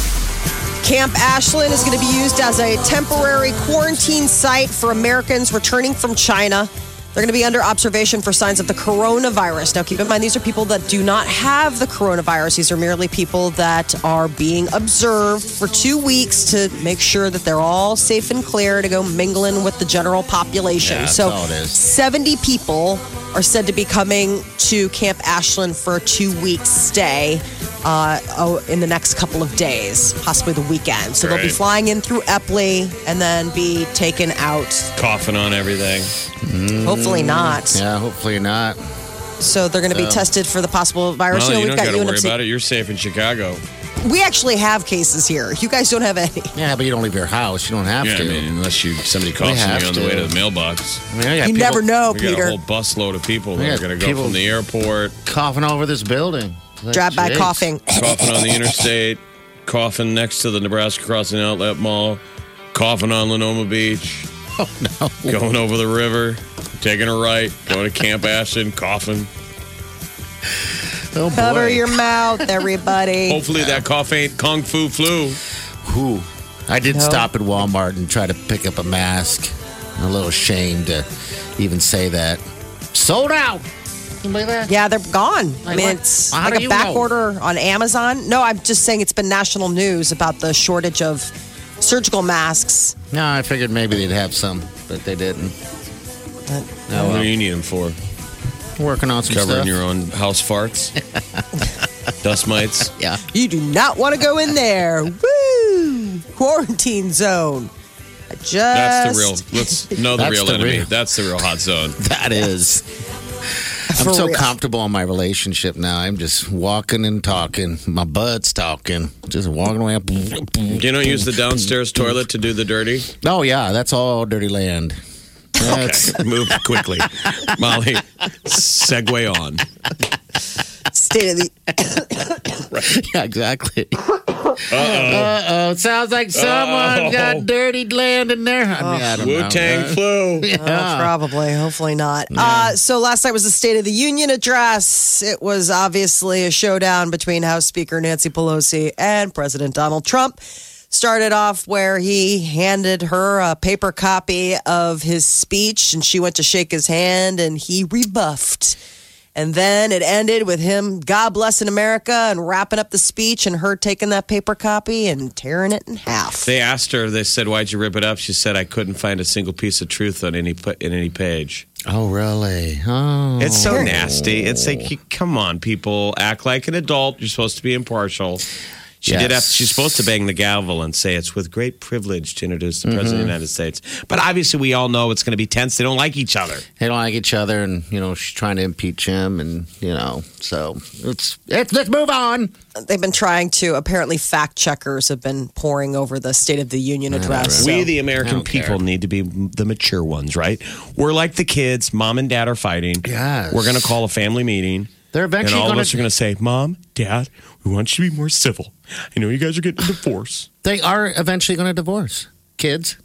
Speaker 3: Camp Ashland is going to be used as a temporary quarantine site for Americans returning from China. They're going to be under observation for signs of the coronavirus. Now, keep in mind, these are people that do not have the coronavirus. These are merely people that are being observed for two weeks to make sure that they're all safe and clear to go mingling with the general population.
Speaker 5: Yeah, that's
Speaker 3: so,
Speaker 5: all it is.
Speaker 3: 70 people are said to be coming to Camp Ashland for a two week stay uh, oh, in the next couple of days, possibly the weekend. So they'll be
Speaker 4: Great.
Speaker 3: flying in through Epley and then be taken out
Speaker 4: Coughing on everything.
Speaker 3: Hopefully not.
Speaker 5: Yeah, hopefully not.
Speaker 3: So they're going to be
Speaker 4: Mm, So-
Speaker 3: tested for the possible virus.
Speaker 4: Molly, you
Speaker 3: we've
Speaker 4: don't got to worry
Speaker 3: UNMC
Speaker 4: about it. You're safe in Chicago.
Speaker 3: We actually have cases here. You guys don't have any.
Speaker 5: Yeah, but you don't leave your house. You don't have
Speaker 4: yeah,
Speaker 5: to.
Speaker 4: I mean, unless you somebody
Speaker 5: We
Speaker 4: coughs on
Speaker 5: have
Speaker 4: you on the way
Speaker 5: to.
Speaker 4: to the mailbox.
Speaker 5: I mean, I got
Speaker 3: You
Speaker 5: people
Speaker 3: never know,
Speaker 4: we got
Speaker 3: Oh, Peter.
Speaker 4: a whole busload of people
Speaker 5: We
Speaker 4: that are
Speaker 5: got
Speaker 4: going to go
Speaker 5: people-
Speaker 4: from the airport,
Speaker 5: coughing all over this building. Like,
Speaker 3: Drive by
Speaker 5: jeez.
Speaker 3: coughing.
Speaker 4: coughing on the interstate, coughing next to the Nebraska Crossing Outlet Mall, coughing on Lenoma Beach,
Speaker 5: Oh, no.
Speaker 4: going over the river, taking a right, going to Camp Ashton, coughing.
Speaker 5: Oh, boy.
Speaker 3: Cover your mouth,
Speaker 4: [LAUGHS]
Speaker 3: everybody.
Speaker 4: Hopefully that cough ain't kung fu
Speaker 5: Oh,
Speaker 4: flu.
Speaker 5: Who? I did
Speaker 3: No.
Speaker 5: stop at Walmart and try to pick up a mask. I'm a little ashamed to even say that. Sold out. You believe that?
Speaker 3: Yeah, they're gone. I
Speaker 5: Like
Speaker 3: mean,
Speaker 5: what?
Speaker 3: it's
Speaker 5: How
Speaker 3: like
Speaker 5: do
Speaker 3: a
Speaker 5: you
Speaker 3: back
Speaker 5: know?
Speaker 3: order on Amazon. No, I'm just saying it's been national news about the shortage of surgical masks.
Speaker 5: No, I figured maybe they'd have some, but they didn't. Oh,
Speaker 4: What do
Speaker 5: well.
Speaker 4: you need them for?
Speaker 5: Working on some
Speaker 4: Covering
Speaker 5: stuff.
Speaker 4: your own
Speaker 5: [LAUGHS]
Speaker 4: house farts, dust mites.
Speaker 5: yeah.
Speaker 3: You do not want to go in there. Woo! Quarantine zone. I just
Speaker 4: That's the real. Let's know the
Speaker 5: That's
Speaker 4: real
Speaker 5: the
Speaker 4: enemy.
Speaker 5: real.
Speaker 4: That's the real hot zone.
Speaker 5: [LAUGHS] That is. I'm
Speaker 3: For
Speaker 5: so
Speaker 3: real.
Speaker 5: comfortable in my relationship now. I'm just walking and talking. My butt's talking. Just walking around.
Speaker 4: You don't use the downstairs toilet to do the dirty.
Speaker 5: Oh, yeah. That's all dirty land. That's.
Speaker 4: Move quickly, [LAUGHS] Molly. Segue on.
Speaker 3: state of the
Speaker 5: [LAUGHS] Yeah, exactly. Uh oh. It sounds like someone
Speaker 4: Uh-oh.
Speaker 5: got dirty land in there. I mean, I don't know. [LAUGHS]
Speaker 4: Wu Tang flu.
Speaker 3: [LAUGHS] Oh, probably. Hopefully not. Uh, so last night was the State of the Union address. It was obviously a showdown between House Speaker Nancy Pelosi and President Donald Trump. Started off where he handed her a paper copy of his speech, and she went to shake his hand, and he rebuffed. And then it ended with him, God blessing America, and wrapping up the speech and her taking that paper copy and tearing it in half.
Speaker 4: They asked her. They said, "Why'd you rip it up?" She said, "I couldn't find a single piece of truth on any put in any page."
Speaker 5: Oh, really? Oh,
Speaker 4: It's so nasty. It's like, you- come on, people, act like an adult. You're supposed to be impartial. She did. Have,
Speaker 5: Yes.
Speaker 4: she's supposed to bang the gavel and say, "It's with great privilege to introduce the president of
Speaker 5: Mhm.
Speaker 4: the United States." But obviously, we all know it's going to be tense. They don't like each other.
Speaker 5: They don't like each other, and you know she's trying to impeach him, and you know so it's Let's, let's move on.
Speaker 3: They've been trying to. Apparently, fact checkers have been pouring over the State of the Union address.
Speaker 4: We,
Speaker 3: so-
Speaker 4: the American people, need to be the mature ones, right? We're like the kids. Mom and dad are fighting.
Speaker 5: Yes.
Speaker 4: We're going to call a family meeting.
Speaker 5: They're eventually
Speaker 4: And all
Speaker 5: gonna-
Speaker 4: of us are going to say, Mom, Dad, we want you to be more civil. I know you guys are [SIGHS] getting a divorce.
Speaker 5: they are eventually going to divorce kids.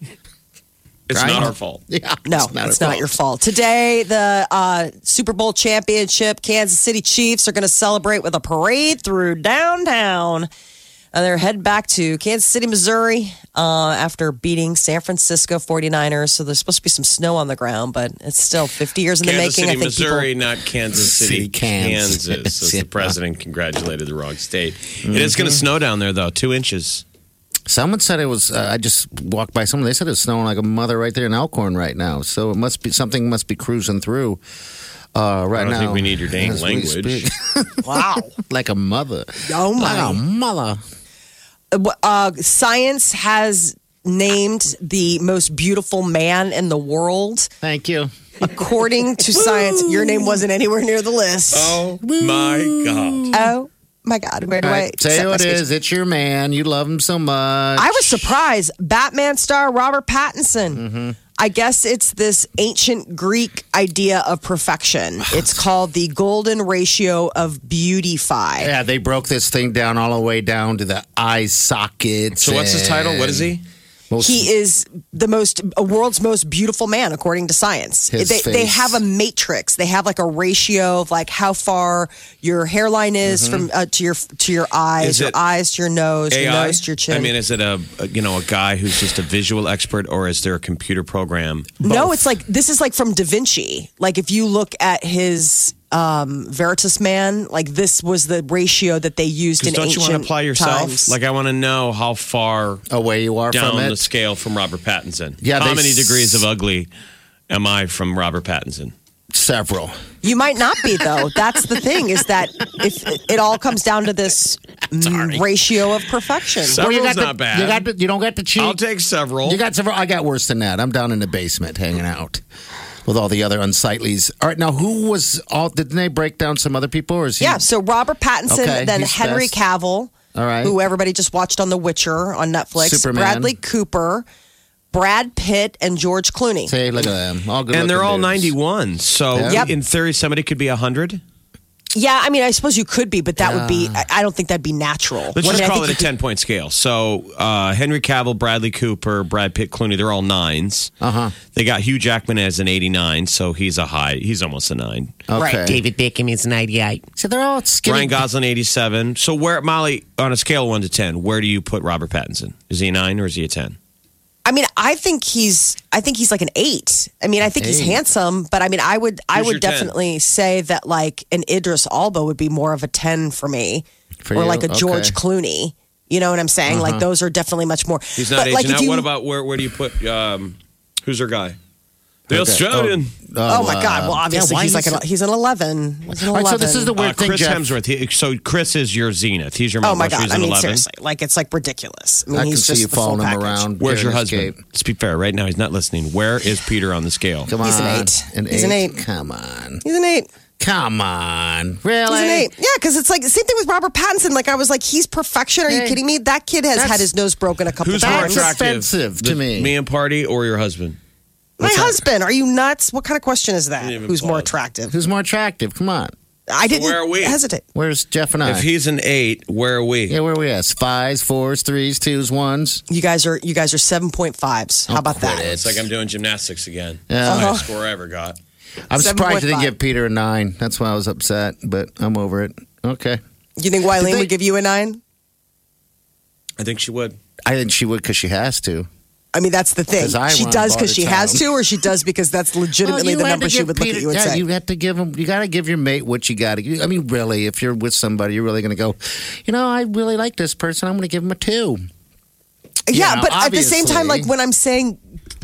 Speaker 5: [LAUGHS]
Speaker 4: It's
Speaker 5: Right?
Speaker 4: not our fault.
Speaker 5: Yeah,
Speaker 3: No, it's not,
Speaker 5: our
Speaker 3: your fault. Today, the uh, Super Bowl championship, Kansas City Chiefs are going to celebrate with a parade through downtown. And they're head back to Kansas City, Missouri uh, after beating San Francisco 49ers. So there's supposed to be some snow on the ground, but it's still 50 years in the
Speaker 4: Kansas
Speaker 3: making.
Speaker 4: City,
Speaker 3: I think people-
Speaker 4: Missouri, not Kansas City,
Speaker 5: City, Kansas.
Speaker 4: Kansas. As
Speaker 3: [LAUGHS]
Speaker 4: the president congratulated the wrong state. It is
Speaker 3: Mm-hmm.
Speaker 4: going to snow down there, though, two inches.
Speaker 5: Someone said it was. Uh, I just walked by someone. They said it's snowing like a mother right there in Elkhorn right now. So it must be something must be cruising through. Uh, right
Speaker 4: I don't
Speaker 5: now,
Speaker 4: think we need your dang
Speaker 5: As we
Speaker 4: language.
Speaker 5: speak.
Speaker 3: wow,
Speaker 5: like a mother.
Speaker 3: [LAUGHS] Oh my
Speaker 5: Like a mother.
Speaker 3: uh, science has named the most beautiful man in the world.
Speaker 5: Thank you.
Speaker 3: According
Speaker 5: [LAUGHS]
Speaker 3: to science, your name wasn't anywhere near the list.
Speaker 4: Oh my God!
Speaker 3: Oh my God! Where do
Speaker 5: All
Speaker 3: I
Speaker 5: right, say
Speaker 3: set
Speaker 5: who
Speaker 3: my
Speaker 5: it
Speaker 3: speech?
Speaker 5: is. It's your man. You love him so much.
Speaker 3: I was surprised. Batman star Robert Pattinson.
Speaker 5: Mm-hmm.
Speaker 3: I guess it's this ancient Greek idea of perfection.
Speaker 5: [SIGHS]
Speaker 3: It's called the golden ratio of beautify.
Speaker 5: Yeah, they broke this thing down all the way down to the eye sockets.
Speaker 4: So what's his title? What is he?
Speaker 5: Most,
Speaker 3: He is the most, a world's most beautiful man, according to science.
Speaker 5: His
Speaker 3: they, they
Speaker 5: face.
Speaker 3: have a matrix. They have like a ratio of like how far your hairline is from uh, to your to your eyes,
Speaker 4: Mm-hmm. Is
Speaker 3: your
Speaker 4: it
Speaker 3: eyes to your nose, your
Speaker 4: AI?
Speaker 3: nose to your chin.
Speaker 4: I mean, is it a a, you know a guy who's just a visual expert, or is there a computer program?
Speaker 3: No, it's like this is like from Da Vinci. Like if you look at his um, Veritas Man, like this was the ratio that they used in
Speaker 4: 'Cause don't you
Speaker 3: ancient
Speaker 4: want to apply yourself?
Speaker 3: times.
Speaker 4: Like I want to know how far
Speaker 5: away you are
Speaker 4: down
Speaker 5: from it.
Speaker 4: the scale from Robert Pattinson.
Speaker 5: Yeah,
Speaker 4: how
Speaker 5: they
Speaker 4: many
Speaker 5: s-
Speaker 4: degrees of ugly am I from Robert Pattinson?
Speaker 5: Several.
Speaker 3: you might not be though. That's the thing is that if it all comes down to
Speaker 4: [LAUGHS]
Speaker 3: this mm, ratio of perfection.
Speaker 4: Several's
Speaker 5: you got
Speaker 4: not
Speaker 5: the,
Speaker 4: bad.
Speaker 5: You, got the, you don't get the cheat.
Speaker 4: I'll take several.
Speaker 5: You got several. I got worse than that. I'm down in the basement hanging out with all the other unsightlies. All right, now who was all? Didn't they break down some other people? Or is he,
Speaker 3: yeah, so Robert Pattinson,
Speaker 5: Okay,
Speaker 3: then
Speaker 5: he's
Speaker 3: Henry
Speaker 5: best.
Speaker 3: Cavill,
Speaker 5: All right.
Speaker 3: who everybody just watched on The Witcher on Netflix,
Speaker 5: Superman.
Speaker 3: Bradley Cooper, Brad Pitt, and George Clooney.
Speaker 5: Say, look at them. All good.
Speaker 4: and they're all
Speaker 5: looking dudes.
Speaker 4: 91. So
Speaker 5: Yeah.
Speaker 3: Yep.
Speaker 4: in theory, somebody could be 100.
Speaker 3: Yeah, I mean, I suppose you could be, but that would be, I I don't think that'd be natural.
Speaker 4: Let's
Speaker 3: I mean,
Speaker 4: just
Speaker 3: I
Speaker 4: call
Speaker 3: think
Speaker 4: it a
Speaker 3: you could-
Speaker 4: 10 point scale. So uh, Henry Cavill, Bradley Cooper, Brad Pitt, Clooney, they're all nines. Uh
Speaker 5: Uh-huh.
Speaker 4: huh. They got Hugh Jackman as an 89, so he's a high. He's almost a nine.
Speaker 5: Okay.
Speaker 13: David Beckham is 98.
Speaker 5: So they're all
Speaker 4: Ryan
Speaker 5: skinny.
Speaker 4: Gosling, 87. So where, Molly, on a scale of 1 to 10, where do you put Robert Pattinson? Is he a 9 or is he a 10?
Speaker 3: I mean, I think he's, I think he's like an eight. I mean, I think he's
Speaker 5: Eight.
Speaker 3: handsome, but I mean, I would, I
Speaker 4: Who's
Speaker 3: would
Speaker 4: your 10?
Speaker 3: definitely say that like an Idris Alba would be more of a 10 for me
Speaker 5: For
Speaker 3: or
Speaker 5: you?
Speaker 3: like a George
Speaker 5: Okay. Uh-huh.
Speaker 3: Clooney. You know what I'm saying? Like those are definitely much more.
Speaker 4: He's not
Speaker 3: but
Speaker 4: aging
Speaker 3: like if
Speaker 4: out.
Speaker 3: you,
Speaker 4: what about where, where do you put, um, who's our guy? The
Speaker 5: Okay.
Speaker 4: Australian.
Speaker 3: Oh, my God! Well, obviously
Speaker 5: uh, why
Speaker 3: he's like
Speaker 5: is
Speaker 3: an, he's an eleven. He's an 11.
Speaker 5: All right, so this is the weird
Speaker 4: Uh,
Speaker 5: thing,
Speaker 4: Chris
Speaker 5: Jeff.
Speaker 4: Hemsworth. He, so Chris is your zenith. He's your
Speaker 3: oh
Speaker 4: most
Speaker 3: my God!
Speaker 4: recent
Speaker 3: I mean,
Speaker 4: 11.
Speaker 3: seriously, like it's like ridiculous. I mean,
Speaker 5: I can
Speaker 3: he's
Speaker 5: see
Speaker 3: just
Speaker 5: you
Speaker 3: the full
Speaker 5: following him
Speaker 3: package.
Speaker 5: around.
Speaker 4: Where's your
Speaker 5: during his
Speaker 4: husband?
Speaker 5: gate.
Speaker 4: Let's be fair. Right now, he's not listening. Where is Peter on the scale?
Speaker 5: Come on.
Speaker 3: He's an eight.
Speaker 5: An
Speaker 3: He's an eight.
Speaker 5: Come on.
Speaker 3: He's an eight.
Speaker 5: Come on. Really?
Speaker 3: He's an eight. Yeah, because it's like same thing with Robert Pattinson. Like I was like, he's perfection. Are you
Speaker 5: Hey.
Speaker 3: kidding me? That kid has
Speaker 5: That's-
Speaker 3: had his nose broken a couple
Speaker 4: Who's more
Speaker 3: times.
Speaker 5: That's
Speaker 4: attractive?
Speaker 5: offensive to
Speaker 4: The-
Speaker 5: me.
Speaker 4: Me and party or your husband?
Speaker 3: My husband. Are you nuts? What kind of question is that?
Speaker 4: Didn't even
Speaker 3: Who's more
Speaker 4: pause.
Speaker 3: attractive?
Speaker 5: Who's more attractive? Come on.
Speaker 3: I didn't
Speaker 4: Where are we?
Speaker 3: hesitate.
Speaker 5: Where's Jeff and I?
Speaker 4: If he's an eight, where are we?
Speaker 5: yeah, where are we at? Fives, fours, threes, twos, ones.
Speaker 3: You guys are you guys are seven point fives. How about that?
Speaker 4: It's like I'm doing gymnastics again.
Speaker 3: Oh.
Speaker 5: Yeah.
Speaker 4: That's the
Speaker 5: Uh-huh.
Speaker 4: highest score I ever got.
Speaker 5: I'm surprised you
Speaker 3: 7.5.
Speaker 5: didn't give Peter a nine. That's why I was upset, but I'm over it. Okay.
Speaker 3: You think Wileen
Speaker 5: Did they-
Speaker 3: would give you a nine?
Speaker 4: I think she would.
Speaker 5: I think she would because she has to.
Speaker 3: I mean, that's the thing.
Speaker 5: 'Cause I
Speaker 3: She
Speaker 5: run
Speaker 3: does
Speaker 5: all
Speaker 3: because
Speaker 5: the
Speaker 3: she has
Speaker 5: time.
Speaker 3: to, or she does because that's legitimately
Speaker 5: you
Speaker 3: the
Speaker 5: had
Speaker 3: number
Speaker 5: to
Speaker 3: she
Speaker 5: give
Speaker 3: would look
Speaker 5: Peter-
Speaker 3: at you and
Speaker 5: yeah,
Speaker 3: say.
Speaker 5: you have to give him. You got to give your mate what you got to. I mean, really, if you're with somebody, you're really going to go. You know, I really like this person. I'm going to give him a two. You
Speaker 3: yeah,
Speaker 5: know,
Speaker 3: but at the same time, like
Speaker 5: obviously.
Speaker 3: when I'm saying,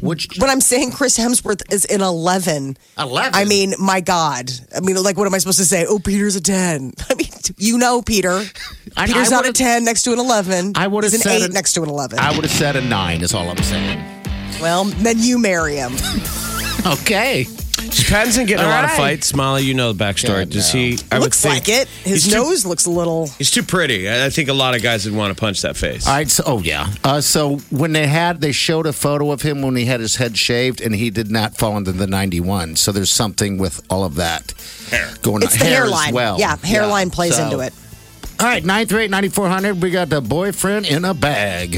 Speaker 3: when I'm saying Chris Hemsworth is an eleven,
Speaker 5: 11?
Speaker 3: I mean, my God, I mean, like, what am I supposed to say? Oh, Peter's a ten. [LAUGHS] I mean, you know, Peter,
Speaker 5: I-
Speaker 3: Peter's
Speaker 5: I
Speaker 3: not a ten next to an eleven. I would
Speaker 5: would've
Speaker 3: an
Speaker 5: said
Speaker 3: eight
Speaker 5: an-
Speaker 3: next to an eleven.
Speaker 5: I would have said a nine. Is all I'm saying.
Speaker 3: well, then you marry him.
Speaker 5: Okay.
Speaker 4: Pattinson getting a
Speaker 3: All
Speaker 4: lot of
Speaker 3: right.
Speaker 4: fights. Molly, you know the backstory. Does he? I would
Speaker 3: looks like
Speaker 4: think
Speaker 3: it. His
Speaker 4: he's too-
Speaker 3: nose looks a little.
Speaker 5: Uh,
Speaker 4: He's too pretty. I I think a lot of guys would want to punch that face.
Speaker 5: All right. So, oh yeah. Uh, so when they had, they showed a photo of him when he had his head shaved, and he did not fall into the 91. So there's something with all of that hair going
Speaker 3: It's
Speaker 5: on.
Speaker 3: the
Speaker 5: hair
Speaker 3: hairline.
Speaker 5: As well.
Speaker 3: Yeah, hairline plays
Speaker 5: So-
Speaker 3: into it.
Speaker 5: All right, 938 9400. We got the boyfriend in a bag.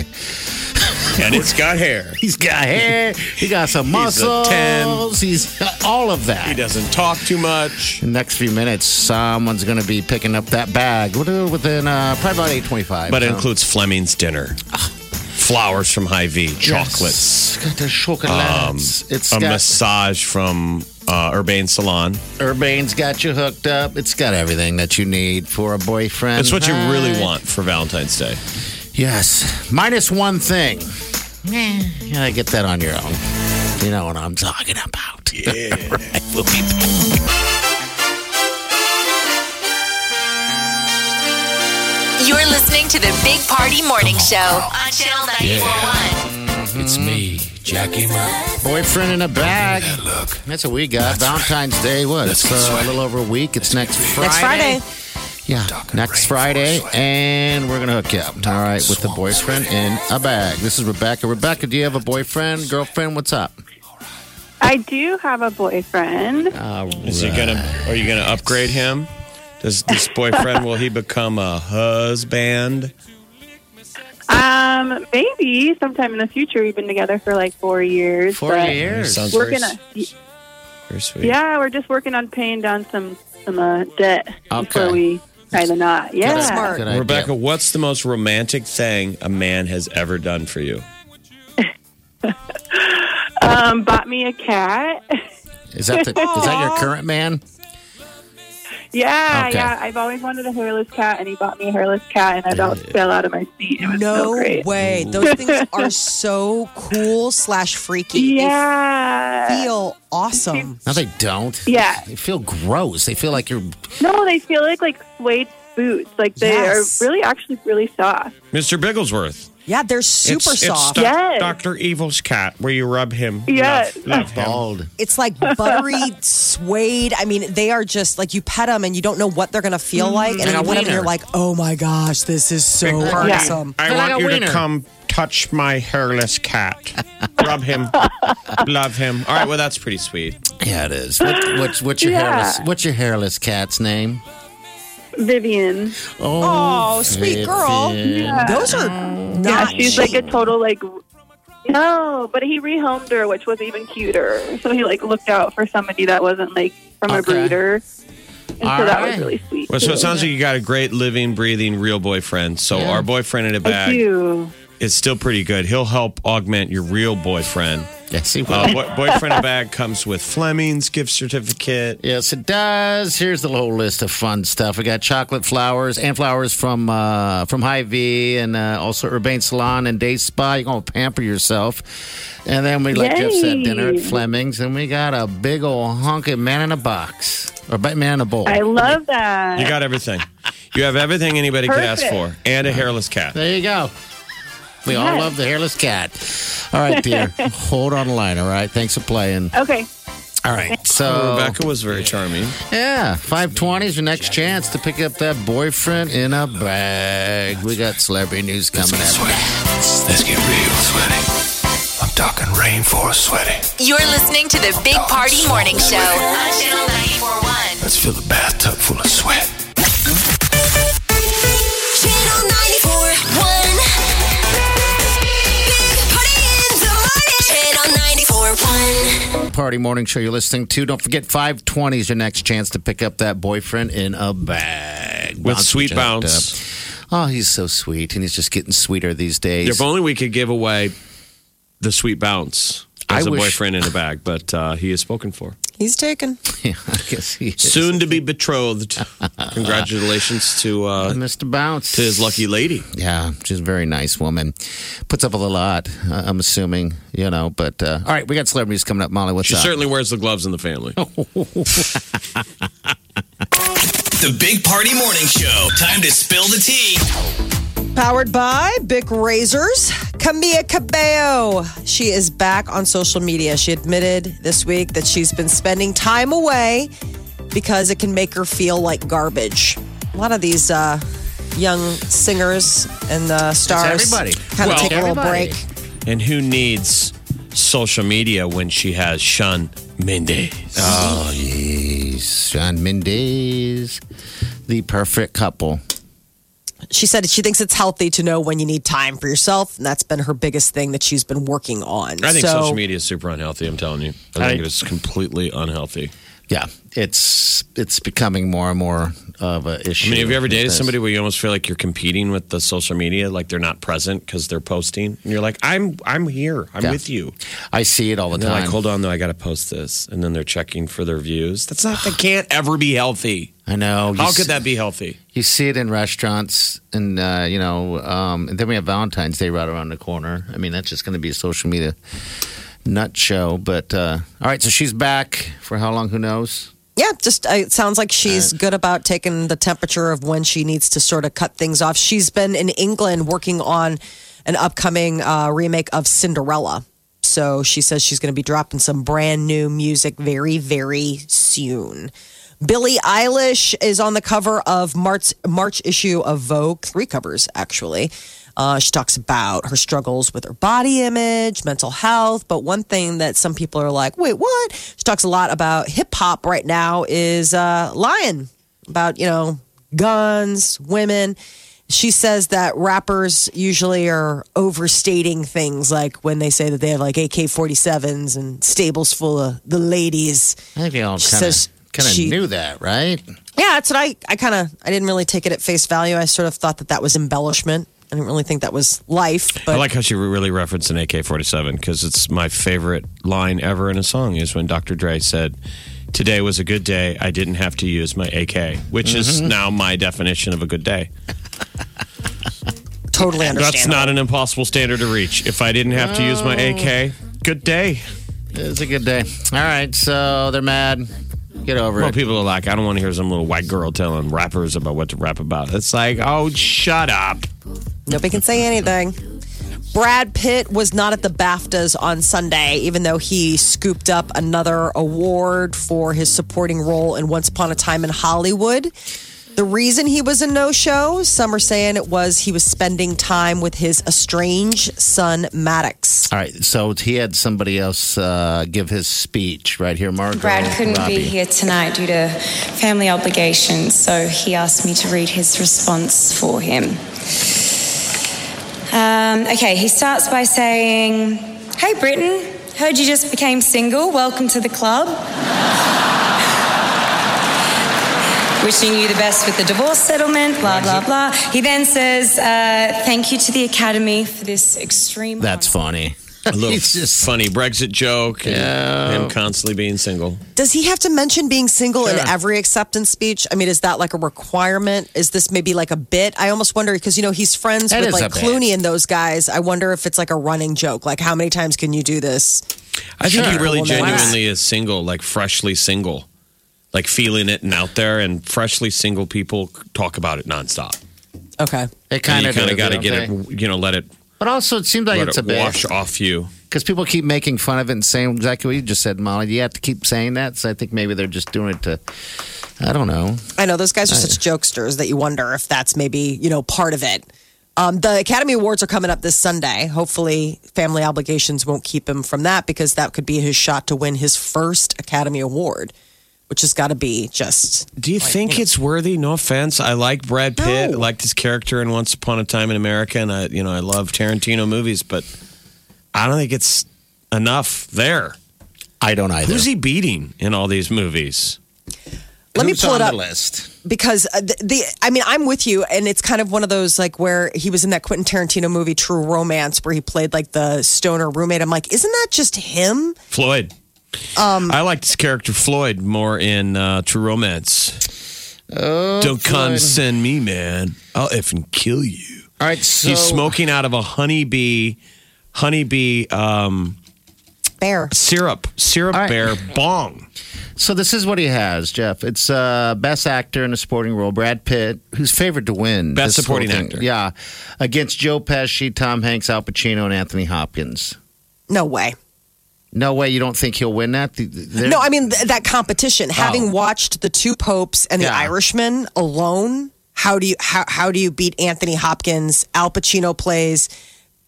Speaker 4: And it's got hair.
Speaker 5: He's got hair. He got [LAUGHS] some
Speaker 4: He's a
Speaker 5: muscles.
Speaker 4: 10.
Speaker 5: He's got all of that. He
Speaker 4: doesn't talk too much.
Speaker 5: In the next few minutes, someone's going to be picking up that bag within uh, probably about 825.
Speaker 4: But it
Speaker 5: so.
Speaker 4: includes Fleming's dinner, flowers from Hy-Vee, chocolates,
Speaker 5: It's got the
Speaker 4: um,
Speaker 5: chocolates. it's
Speaker 4: a
Speaker 5: got
Speaker 4: massage from uh, Urbane Salon.
Speaker 5: Urbane's got you hooked up. It's got everything that you need for a boyfriend.
Speaker 4: That's what you really
Speaker 5: Hi.
Speaker 4: want for Valentine's Day.
Speaker 5: Yes. Minus one thing. You gotta get that on your own. You know what I'm talking about. Yeah. right, we'll be
Speaker 1: You're listening to the Big Party Morning Show on Channel 941.
Speaker 5: It's me, Jackie Boyfriend in a bag. That's what we got. Valentine's Day. What? It's uh, a little over a week. It's next Friday.
Speaker 3: Next Friday.
Speaker 5: Yeah, next Friday, and we're gonna hook you up. All right, with the boyfriend in a bag. This is Rebecca. Rebecca, do you have a boyfriend, girlfriend? What's up?
Speaker 13: I do have a boyfriend.
Speaker 4: Is he gonna? Are you gonna upgrade him?
Speaker 3: [LAUGHS]
Speaker 4: Does this boyfriend will he become a husband?
Speaker 13: Um, maybe sometime in the future. We've been together for like four years.
Speaker 4: Four
Speaker 13: but
Speaker 4: years. Sounds
Speaker 13: We're
Speaker 4: very
Speaker 13: gonna,
Speaker 4: Very sweet.
Speaker 13: yeah, we're just working on paying down some some uh, debt
Speaker 4: Okay.
Speaker 13: before we tie the knot. Yeah,
Speaker 4: Rebecca, what's the most romantic thing a man has ever done for you?
Speaker 13: Um, bought me a cat. [LAUGHS]
Speaker 5: Is that the, is that your current man?
Speaker 13: Yeah,
Speaker 5: Okay.
Speaker 13: yeah. I've always wanted a hairless cat, and he bought me a hairless cat, and I about fell out of my seat. It was
Speaker 3: No
Speaker 13: so great.
Speaker 5: [LAUGHS]
Speaker 3: way. Those things are so cool slash freaky.
Speaker 13: Yeah.
Speaker 3: They feel awesome.
Speaker 5: No, they don't.
Speaker 13: Yeah.
Speaker 5: they feel gross. They feel like you're
Speaker 13: No, they feel like like suede boots. Like they
Speaker 4: Yes.
Speaker 13: are really, actually, really soft.
Speaker 4: Mr. Bigglesworth.
Speaker 3: Yeah, they're super
Speaker 4: it's,
Speaker 3: soft.
Speaker 4: It's doc-
Speaker 13: Yes.
Speaker 4: Dr. Evil's cat, where you rub him.
Speaker 3: Yes.
Speaker 4: Love, love him.
Speaker 3: It's like buttery suede. I mean, they are just like you pet them and you don't know what they're going to feel like. And
Speaker 4: Like
Speaker 3: then
Speaker 4: a
Speaker 3: you pet 'em and
Speaker 4: wiener.
Speaker 3: you're like, oh my gosh, this is so
Speaker 4: Big party.
Speaker 3: awesome.
Speaker 4: I want you to come touch my hairless cat. Rub him. Love him. All right, well, that's pretty sweet.
Speaker 5: Yeah, it is. What, what's what's your
Speaker 13: Yeah.
Speaker 5: hairless? What's your hairless cat's name?
Speaker 13: Vivian.
Speaker 5: Oh, Oh, sweet girl. Vivian.
Speaker 3: Those are
Speaker 13: yeah,
Speaker 3: not
Speaker 13: she's like a total like. No, but he rehomed her, which was even cuter. So he like looked out for somebody that wasn't like from a breeder, and so that was really sweet.
Speaker 4: Well, so it sounds like you got a great living, breathing, real boyfriend. So our boyfriend in a
Speaker 13: I
Speaker 4: bag
Speaker 13: do.
Speaker 4: is still pretty good. He'll help augment your real boyfriend.
Speaker 5: Yes, he will.
Speaker 4: Uh, boy- boyfriend in a bag comes with Fleming's gift certificate.
Speaker 5: Yes, it does. Here's the whole list of fun stuff. We got chocolate flowers and flowers from uh, from High V and uh, also Urbane Salon and Day Spa. You're gonna pamper yourself, and then we like Jeff said, dinner at
Speaker 13: Yay.
Speaker 5: Fleming's, and we got a big old hunky man in a box or ba- man in a bowl.
Speaker 13: I love that.
Speaker 4: You got everything. You have everything anybody could ask for,
Speaker 5: Perfect.
Speaker 4: and a hairless cat.
Speaker 5: There you go. We all
Speaker 13: Yes.
Speaker 5: love the hairless cat. All right,
Speaker 13: [LAUGHS]
Speaker 5: dear. Hold on the line. All right. Thanks for playing.
Speaker 13: Okay.
Speaker 5: All right. So
Speaker 4: Rebecca was very charming.
Speaker 5: Yeah, 520 is your next chance to pick up that boyfriend in a bag. We got celebrity news coming up.
Speaker 14: Let's get real sweaty. I'm talking rainforest sweaty.
Speaker 1: You're listening to the Big Party Morning Show on Channel 941.
Speaker 14: Let's fill the bathtub full of sweat.
Speaker 1: Channel 941. Big Party in the morning. Channel 941.
Speaker 5: Party morning show you're listening to. Don't forget, 520 is your next chance to pick up that boyfriend in a bag.
Speaker 4: With sweet
Speaker 5: Jacked up.
Speaker 4: bounce.
Speaker 5: [LAUGHS] Oh, he's so sweet, and he's just getting sweeter these days.
Speaker 4: If only we could give away the sweet bounce
Speaker 5: I
Speaker 4: as a
Speaker 5: wish-
Speaker 4: boyfriend in a bag, but uh, he is spoken for.
Speaker 3: He's taken.
Speaker 5: Yeah, I guess he is.
Speaker 4: Soon to
Speaker 5: [LAUGHS]
Speaker 4: be betrothed. Congratulations to uh,
Speaker 5: Mr. Bounce.
Speaker 4: To his lucky lady.
Speaker 5: Yeah, she's a very nice woman. Puts up with a lot, uh, I'm assuming, you know. But uh, all right, we got celebrities coming up. Molly, what's
Speaker 4: She
Speaker 5: up?
Speaker 4: certainly wears the gloves in the family.
Speaker 5: Oh.
Speaker 2: The Big Party Morning Show. Time to spill the tea.
Speaker 3: Powered by Bic Razors, Camilla Cabello. She is back on social media. She admitted this week that she's been spending time away because it can make her feel like garbage. A lot of these uh, young singers and uh, stars kind of take a little break.
Speaker 4: And who needs social media when she has Sean Mendes?
Speaker 5: Oh, yes. Sean Mendes, the perfect couple.
Speaker 3: She said she thinks it's healthy to know when you need time for yourself, and that's been her biggest thing that she's been working on.
Speaker 4: I think
Speaker 3: So-
Speaker 4: social media is super unhealthy. I'm telling you, I think
Speaker 5: I-
Speaker 4: it's completely unhealthy.
Speaker 5: Yeah, it's it's becoming more and more of an
Speaker 4: I
Speaker 5: issue.
Speaker 4: mean, have you ever dated
Speaker 5: Because-
Speaker 4: somebody where you almost feel like you're competing with the social media, like they're not present because they're posting, and you're like, "I'm, I'm here, I'm
Speaker 5: Yeah.
Speaker 4: with you."
Speaker 5: I see it all the
Speaker 4: And they're
Speaker 5: time.
Speaker 4: like, "Hold on, though, I got to post this," and then they're checking for their views. That's not. That can't ever be healthy.
Speaker 5: I know. You
Speaker 4: How
Speaker 5: s-
Speaker 4: could that be healthy?
Speaker 5: You see it in restaurants, and uh, you know, um, and then we have Valentine's Day right around the corner. I mean, that's just going to be a social media nut show. But uh, all right, so she's back for how long? Who knows?
Speaker 3: Yeah, just uh, it sounds like she's good about taking the temperature of when she needs to sort of cut things off. She's been in England working on an upcoming uh, remake of Cinderella. So she says she's going to be dropping some brand new music very, very soon. Billie Eilish is on the cover of March, March issue of Vogue, three covers actually. Uh, she talks about her struggles with her body image, mental health. But one thing that some people are like, wait, what? She talks a lot about hip hop right now is uh, lying about, you know, guns, women. She says that rappers usually are overstating things like when they say that they have like AK 47s and stables full of the ladies.
Speaker 5: I think they all
Speaker 3: She
Speaker 5: kind
Speaker 3: says
Speaker 5: of kind of
Speaker 3: she-
Speaker 5: knew that, right?
Speaker 3: Yeah, that's what I, I kind of, I didn't really take it at face value. I sort of thought that that was embellishment. I didn't really think that was life. But
Speaker 4: I like how she really referenced an AK-47 because it's my favorite line ever in a song is when Dr. Dre said, "Today was a good day. I didn't have to use my AK," which is
Speaker 3: Mhm.
Speaker 4: now my definition of a good day.
Speaker 3: totally
Speaker 4: That's
Speaker 3: understandable.
Speaker 4: not an impossible standard to reach. If I didn't have to use my AK, good day.
Speaker 5: It's a good day. All right, so they're mad. Get over
Speaker 4: well,
Speaker 5: it.
Speaker 4: people are like, I don't want to hear some little white girl telling rappers about what to rap about. It's like, oh, shut up.
Speaker 3: Nobody can say anything. Brad Pitt was not at the BAFTAs on Sunday, even though he scooped up another award for his supporting role in Once Upon a Time in Hollywood. The reason he was a no show, some are saying it was he was spending time with his estranged son, Maddox.
Speaker 5: All right, so he had somebody else uh, give his speech right here, Margaret.
Speaker 15: Brad couldn't
Speaker 5: Robbie.
Speaker 15: be here tonight due to family obligations, so he asked me to read his response for him. Um, okay, he starts by saying, Hey Britain, heard you just became single. Welcome to the club. [LAUGHS] Wishing you the best with the divorce settlement, blah, blah, blah. He then says, uh, Thank you to the Academy for this extreme.
Speaker 5: That's funny. [LAUGHS]
Speaker 4: A little funny Brexit joke. and Him constantly being single.
Speaker 3: Does he have to mention being single in
Speaker 4: Sure.
Speaker 3: every acceptance speech? I mean, is that like a requirement? Is this maybe like a bit? I almost wonder because you know he's friends
Speaker 4: That
Speaker 3: with
Speaker 4: is
Speaker 3: like
Speaker 4: a bit.
Speaker 3: Clooney and those guys. I wonder if it's like a running joke. Like, how many times can you do this?
Speaker 4: I think he
Speaker 3: Sure.
Speaker 4: really
Speaker 3: Well, then why not?
Speaker 4: genuinely is single, like freshly single, like feeling it and out there. And freshly single people talk about it nonstop.
Speaker 3: Okay.
Speaker 5: It
Speaker 4: And
Speaker 5: kind
Speaker 4: you
Speaker 5: of
Speaker 4: kind of got to get it, you know, let it,
Speaker 5: But also, it seems like
Speaker 4: let
Speaker 5: it's a
Speaker 4: it wash
Speaker 5: bit
Speaker 4: off you.
Speaker 5: because people keep making fun of it and saying exactly what you just said, Molly. You have to keep saying that, so I think maybe they're just doing it to. I don't know.
Speaker 3: I know those guys are such jokesters that you wonder if that's maybe you know part of it. Um, the Academy Awards are coming up this Sunday. Hopefully, family obligations won't keep him from that because that could be his shot to win his first Academy Award, which has got to be just.
Speaker 4: Do you think it's worthy? No offense. I like Brad Pitt. I liked his character in Once Upon a Time in America, and I, you know, I love Tarantino movies, but I don't think it's enough there.
Speaker 5: I don't either.
Speaker 4: Who's he beating in all these movies?
Speaker 3: Let me pull it up.
Speaker 5: list.
Speaker 3: because uh, the, the I mean I'm with you and it's kind of one of those like where he was in that Quentin Tarantino movie True Romance where he played like the stoner roommate I'm like isn't that just him
Speaker 4: Floyd.
Speaker 5: Um,
Speaker 4: I liked his character Floyd more in uh, True Romance. Don't
Speaker 5: Oh, Floyd.
Speaker 4: condescend me, man. I'll effing kill you.
Speaker 5: All right,
Speaker 4: He's
Speaker 5: so-
Speaker 4: smoking out of a honeybee, honeybee um,
Speaker 3: bear
Speaker 4: syrup, syrup bear bong.
Speaker 5: So this is what he has, Jeff. It's uh, best actor in a supporting role, Brad Pitt, who's favored to win
Speaker 4: Best
Speaker 5: this whole
Speaker 4: supporting
Speaker 5: thing.
Speaker 4: actor.
Speaker 5: Yeah, against Joe Pesci, Tom Hanks, Al Pacino, and Anthony Hopkins.
Speaker 3: no way
Speaker 5: No way, you don't think he'll win that? Th- th- there-
Speaker 3: no I mean th- that competition having watched the two popes and the
Speaker 5: Yeah.
Speaker 3: Irishman alone how do you how, how do you beat Anthony Hopkins Al Pacino plays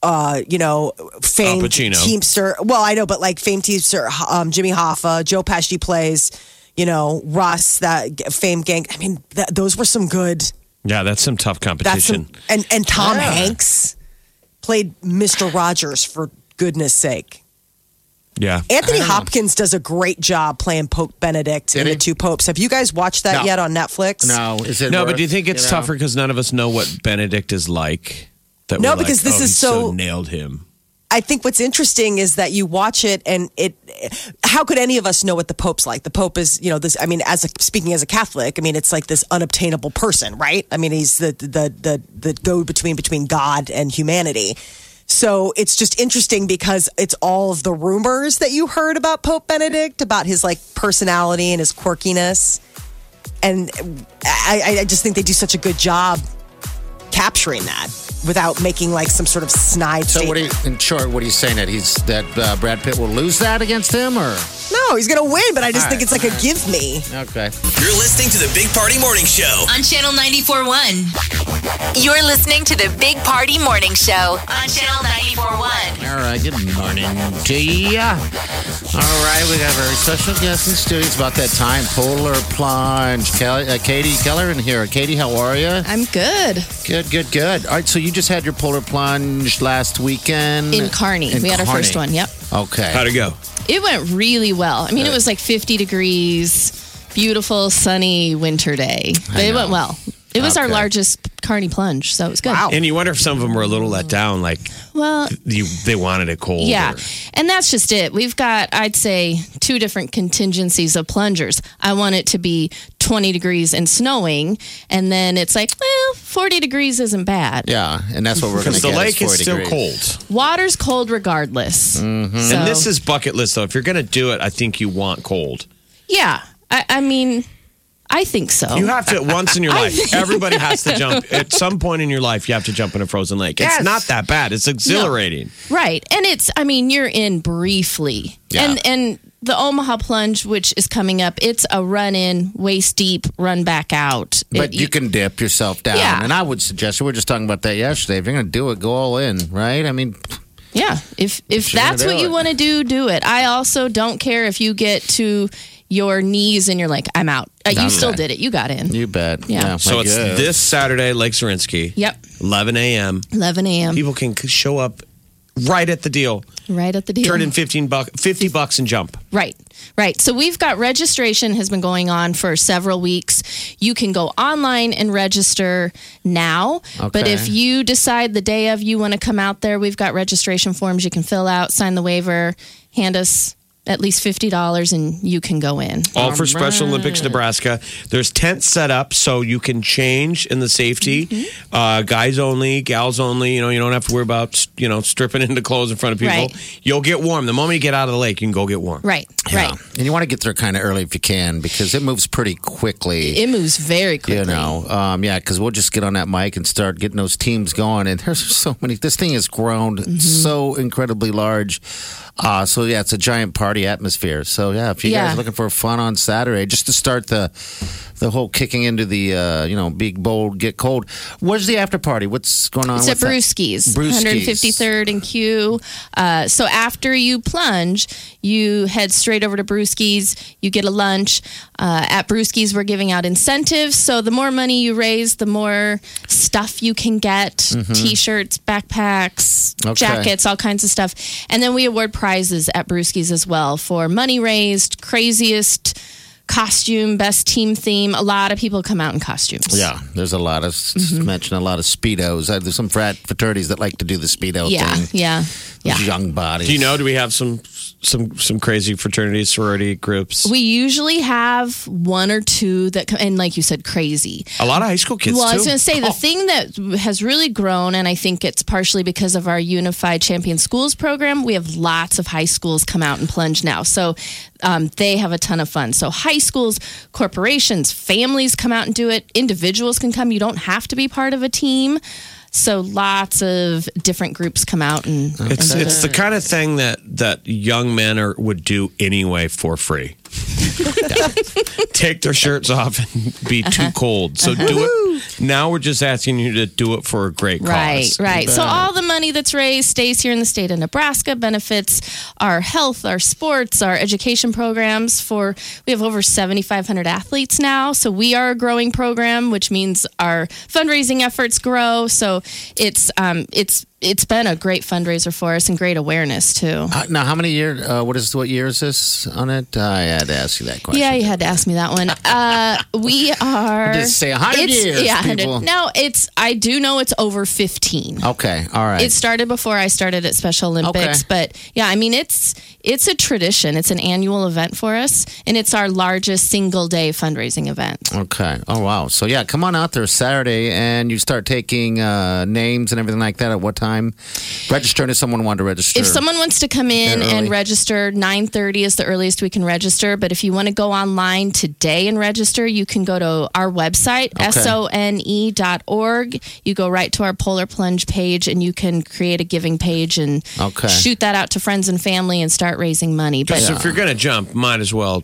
Speaker 3: uh, you know, famed
Speaker 4: Al Pacino.
Speaker 3: Teamster. Well, I know, but like famed Teamster, um, Jimmy Hoffa, Joe Pesci plays, you know, Russ, that g- famed gang. I mean, th- those were some good
Speaker 4: Yeah, that's some tough
Speaker 3: That's
Speaker 4: competition.
Speaker 3: some, and and Tom Hanks played Mr. Rogers for goodness sake.
Speaker 4: yeah.
Speaker 3: Anthony Hopkins does a great job playing Pope Benedict in the Two Popes. Have you guys watched that
Speaker 4: No.
Speaker 3: yet on Netflix?
Speaker 5: No, is it?
Speaker 4: no,
Speaker 5: worth,
Speaker 4: but do you think it's
Speaker 5: know?
Speaker 4: tougher because none of us know what Benedict is like? That
Speaker 3: No,
Speaker 4: we're
Speaker 3: because
Speaker 4: like,
Speaker 3: this
Speaker 4: "Oh,
Speaker 3: is
Speaker 4: he so
Speaker 3: so-
Speaker 4: nailed him.
Speaker 3: I think what's interesting is that you watch it and it. How could any of us know what the Pope's like? The Pope is, you know, this. I mean, as a, speaking as a Catholic, I mean, it's like this unobtainable person, right? I mean, he's the the the the go between between God and humanity. So it's just interesting because it's all of the rumors that you heard about Pope Benedict about his like personality and his quirkiness, and I, I- I just think they do such a good job capturing that without making like some sort of snide.
Speaker 5: So
Speaker 3: statement.
Speaker 5: what? Are you, in short, what are you saying that he's that uh, Brad Pitt will lose that against him, or
Speaker 3: No, he's going to win, but I just
Speaker 5: All
Speaker 3: think
Speaker 5: right.
Speaker 3: it's like a give me.
Speaker 5: okay?
Speaker 2: You're listening to the Big Party Morning Show.
Speaker 1: On Channel 94.1. You're listening to the Big Party Morning Show on Channel 94.1.
Speaker 5: All right, good morning to ya. All right, we have our special guest in the studio. It's about that time. Polar plunge. Kelly, uh, Katie Keller in here. Katie, how are you?
Speaker 11: I'm good.
Speaker 5: Good, good, good. All right, so you just had your polar plunge last weekend
Speaker 11: In Kearney. We had our first one, yep.
Speaker 5: Okay.
Speaker 4: How'd it go?
Speaker 11: It went really well. I mean,
Speaker 5: Good.
Speaker 11: it was like 50 degrees, beautiful, sunny winter day. But it went well. It was our
Speaker 4: Okay.
Speaker 11: largest Carney plunge, so it was good.
Speaker 4: And you wonder if some of them were a little let down, like
Speaker 11: Well,
Speaker 4: you they wanted it cold.
Speaker 11: Yeah.
Speaker 4: or-
Speaker 11: And that's just it. We've got, I'd say, two different contingencies of plungers. I want it to be 20 degrees and snowing. And then it's like, well, 40 degrees isn't bad.
Speaker 5: Yeah, and that's what we're going to
Speaker 4: Because the
Speaker 5: get.
Speaker 4: lake is still cold.
Speaker 11: Water's cold regardless. So-
Speaker 4: And this is bucket list though. If you're gonna do it, I think you want cold.
Speaker 11: Yeah. I, I mean, I think so.
Speaker 4: You have to once in your
Speaker 11: [LAUGHS] I
Speaker 4: life.
Speaker 11: think-
Speaker 4: Everybody has to jump at some point in your life. You have to jump in a frozen lake.
Speaker 11: Yes.
Speaker 4: It's not that bad. It's exhilarating.
Speaker 11: Right. And it's I mean, you're in briefly.
Speaker 4: Yeah.
Speaker 11: And and the Omaha plunge, which is coming up, it's a run in, waist deep, run back out.
Speaker 5: But
Speaker 11: It-
Speaker 5: you can dip yourself down.
Speaker 11: Yeah.
Speaker 5: And I would suggest, we were just talking about that yesterday. If you're going to do it, go all in, right? I mean,
Speaker 11: yeah. If if
Speaker 5: Sure,
Speaker 11: that's
Speaker 5: do
Speaker 11: what you
Speaker 5: it.
Speaker 11: want to do, do it. I also don't care if you get to your knees and you're like, I'm out. Uh, you
Speaker 4: Okay.
Speaker 11: still did it. You got in.
Speaker 5: you bet.
Speaker 11: Yeah.
Speaker 4: So it's this Saturday, Lake Zerinsky.
Speaker 11: Yep. Um,
Speaker 4: 11 a.m.
Speaker 11: 11 a.m.
Speaker 4: People can c- show up right at the deal.
Speaker 11: Right at the deal.
Speaker 4: Turn in 15 buck, 50 bucks and jump.
Speaker 11: Right, right. So we've got registration has been going on for several weeks. You can go online and register now. But
Speaker 16: Okay.
Speaker 11: if you decide the day of you want to come out there, we've got registration forms you can fill out, sign the waiver, hand us at least $50, and you can go in.
Speaker 4: All for Special Olympics Nebraska. There's tents set up so you can change in the safety.
Speaker 11: Mm-hmm.
Speaker 4: Uh, guys only, gals only. You know, you don't have to worry about you know stripping [LAUGHS] into clothes in front of people.
Speaker 11: Right.
Speaker 4: You'll get warm the moment you get out of the lake. You can go get warm.
Speaker 11: Right, right.
Speaker 5: And you want to get there kind of early if you can because it moves pretty quickly.
Speaker 11: It moves very quickly.
Speaker 5: You know, um, yeah, because we'll just get on that mic and start getting those teams going. And [LAUGHS] there's so many. This thing has grown
Speaker 11: Mm-hmm.
Speaker 5: so incredibly large. Uh, so yeah, it's a giant party atmosphere. So yeah, if you guys
Speaker 11: Yeah.
Speaker 5: are looking for fun on Saturday, just to start the the whole kicking into the uh, you know big bold get cold. Where's the after party? What's going on?
Speaker 11: It's at
Speaker 5: with that?
Speaker 11: Brewski's,
Speaker 5: Brewski's.
Speaker 11: 153rd and Q. Uh, so after you plunge, you head straight over to Brewski's. You get a lunch. Uh, at Brewski's, we're giving out incentives. So the more money you raise, the more stuff you can get
Speaker 16: Mhm.
Speaker 11: t shirts, backpacks,
Speaker 16: Okay.
Speaker 11: jackets, all kinds of stuff. And then we award prizes at Brewski's as well for money raised, craziest costume, best team theme. A lot of people come out in costumes.
Speaker 5: Yeah, there's a lot of
Speaker 11: Mm-hmm.
Speaker 5: mention a lot of speedos. Uh, There's some frat fraternities that like to do the speedo
Speaker 11: yeah,
Speaker 5: thing.
Speaker 11: yeah, yeah.
Speaker 5: Those Young bodies.
Speaker 4: Do you know? Do we have some some some crazy fraternity sorority groups?
Speaker 11: We usually have one or two that come, and like you said, crazy.
Speaker 4: a lot of high school kids.
Speaker 11: well, I
Speaker 4: too.
Speaker 11: was going to say
Speaker 4: Oh.
Speaker 11: the thing that has really grown, and I think it's partially because of our Unified Champion Schools program. We have lots of high schools come out and plunge now, so um, they have a ton of fun. So high schools, corporations, families come out and do it. Individuals can come. You don't have to be part of a team. So lots of different groups come out and.
Speaker 4: It's
Speaker 11: and do
Speaker 4: it's the kind of thing that that young men are would do anyway for
Speaker 11: [LAUGHS]
Speaker 4: free. Take their shirts off and be
Speaker 11: Uh-huh.
Speaker 4: too cold. So do it. Now we're just asking you to do it for a great
Speaker 11: Right,
Speaker 4: cause.
Speaker 11: right. So all the money that's raised stays here in the state of Nebraska, benefits our health, our sports, our education programs for we have over 7500 athletes now. So we are a growing program, which means our fundraising efforts grow. So it's um it's it's been a great fundraiser for us and great awareness too.
Speaker 5: Uh, now, how many year? Uh, what is what year is this on it? I had to ask you that question.
Speaker 11: Yeah, you had to ask me that one. Uh,
Speaker 5: [LAUGHS]
Speaker 11: we are
Speaker 5: Just say 100
Speaker 11: it's-
Speaker 5: years,
Speaker 11: Yeah, 100.
Speaker 5: people.
Speaker 11: No, it's I do know it's over 15.
Speaker 5: Okay, all right.
Speaker 11: It started before I started at Special Olympics,
Speaker 5: Okay.
Speaker 11: but yeah, I mean it's it's a tradition. It's an annual event for us, and it's our largest single day fundraising event.
Speaker 5: Okay. Oh wow. So yeah, come on out there Saturday, and you start taking uh, names and everything like that. At what time? Registering if someone wanted to register.
Speaker 11: If someone wants to come in
Speaker 5: They're
Speaker 11: and
Speaker 5: early.
Speaker 11: register, nine thirty is the earliest we can register. But if you want to go online today and register, you can go to our website
Speaker 5: Okay.
Speaker 11: sone E dot org. You go right to our Polar Plunge page, and you can create a giving page and
Speaker 4: Okay.
Speaker 11: shoot that out to friends and family and start raising money. But
Speaker 4: Just if you're going to jump, might as well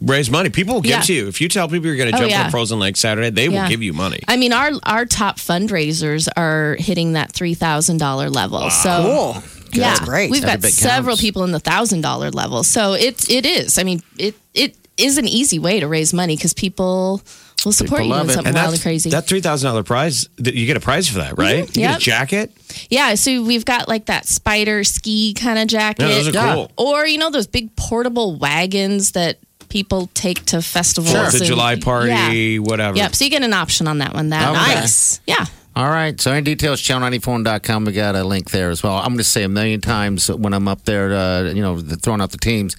Speaker 4: raise money. People will give
Speaker 11: Yeah.
Speaker 4: to you. If you tell people you're going to
Speaker 11: Oh,
Speaker 4: jump
Speaker 11: yeah.
Speaker 4: on Frozen Lake Saturday, they
Speaker 11: Yeah.
Speaker 4: will give you money.
Speaker 11: I mean, our our top fundraisers are hitting that three thousand dollar level. So
Speaker 4: Cool.
Speaker 5: Good.
Speaker 11: Yeah,
Speaker 5: That's great.
Speaker 11: We've got
Speaker 5: Every bit counts.
Speaker 11: several people in the thousand dollar level. So it it is. I mean, it it is an easy way to raise money because people will support you in something
Speaker 4: And that's-
Speaker 11: wild and crazy.
Speaker 4: That three thousand dollar prize, th- you get a prize for that, right?
Speaker 11: Mhm.
Speaker 4: You get
Speaker 11: Yep.
Speaker 4: a jacket.
Speaker 11: Yeah, so we've got like that spider ski kind of jacket.
Speaker 4: Yeah, those are Yeah. cool.
Speaker 11: Or you know those big portable wagons that people take to festivals.
Speaker 4: Fourth of
Speaker 11: and-
Speaker 4: July party,
Speaker 11: Yeah.
Speaker 4: whatever.
Speaker 11: Yep. So you get an option on that one. That
Speaker 5: Okay.
Speaker 11: nice. Yeah.
Speaker 5: All right. So any details, channel94.com. We got a link there as well. I'm going to say a million times when I'm up there, uh, you know, throwing out the teams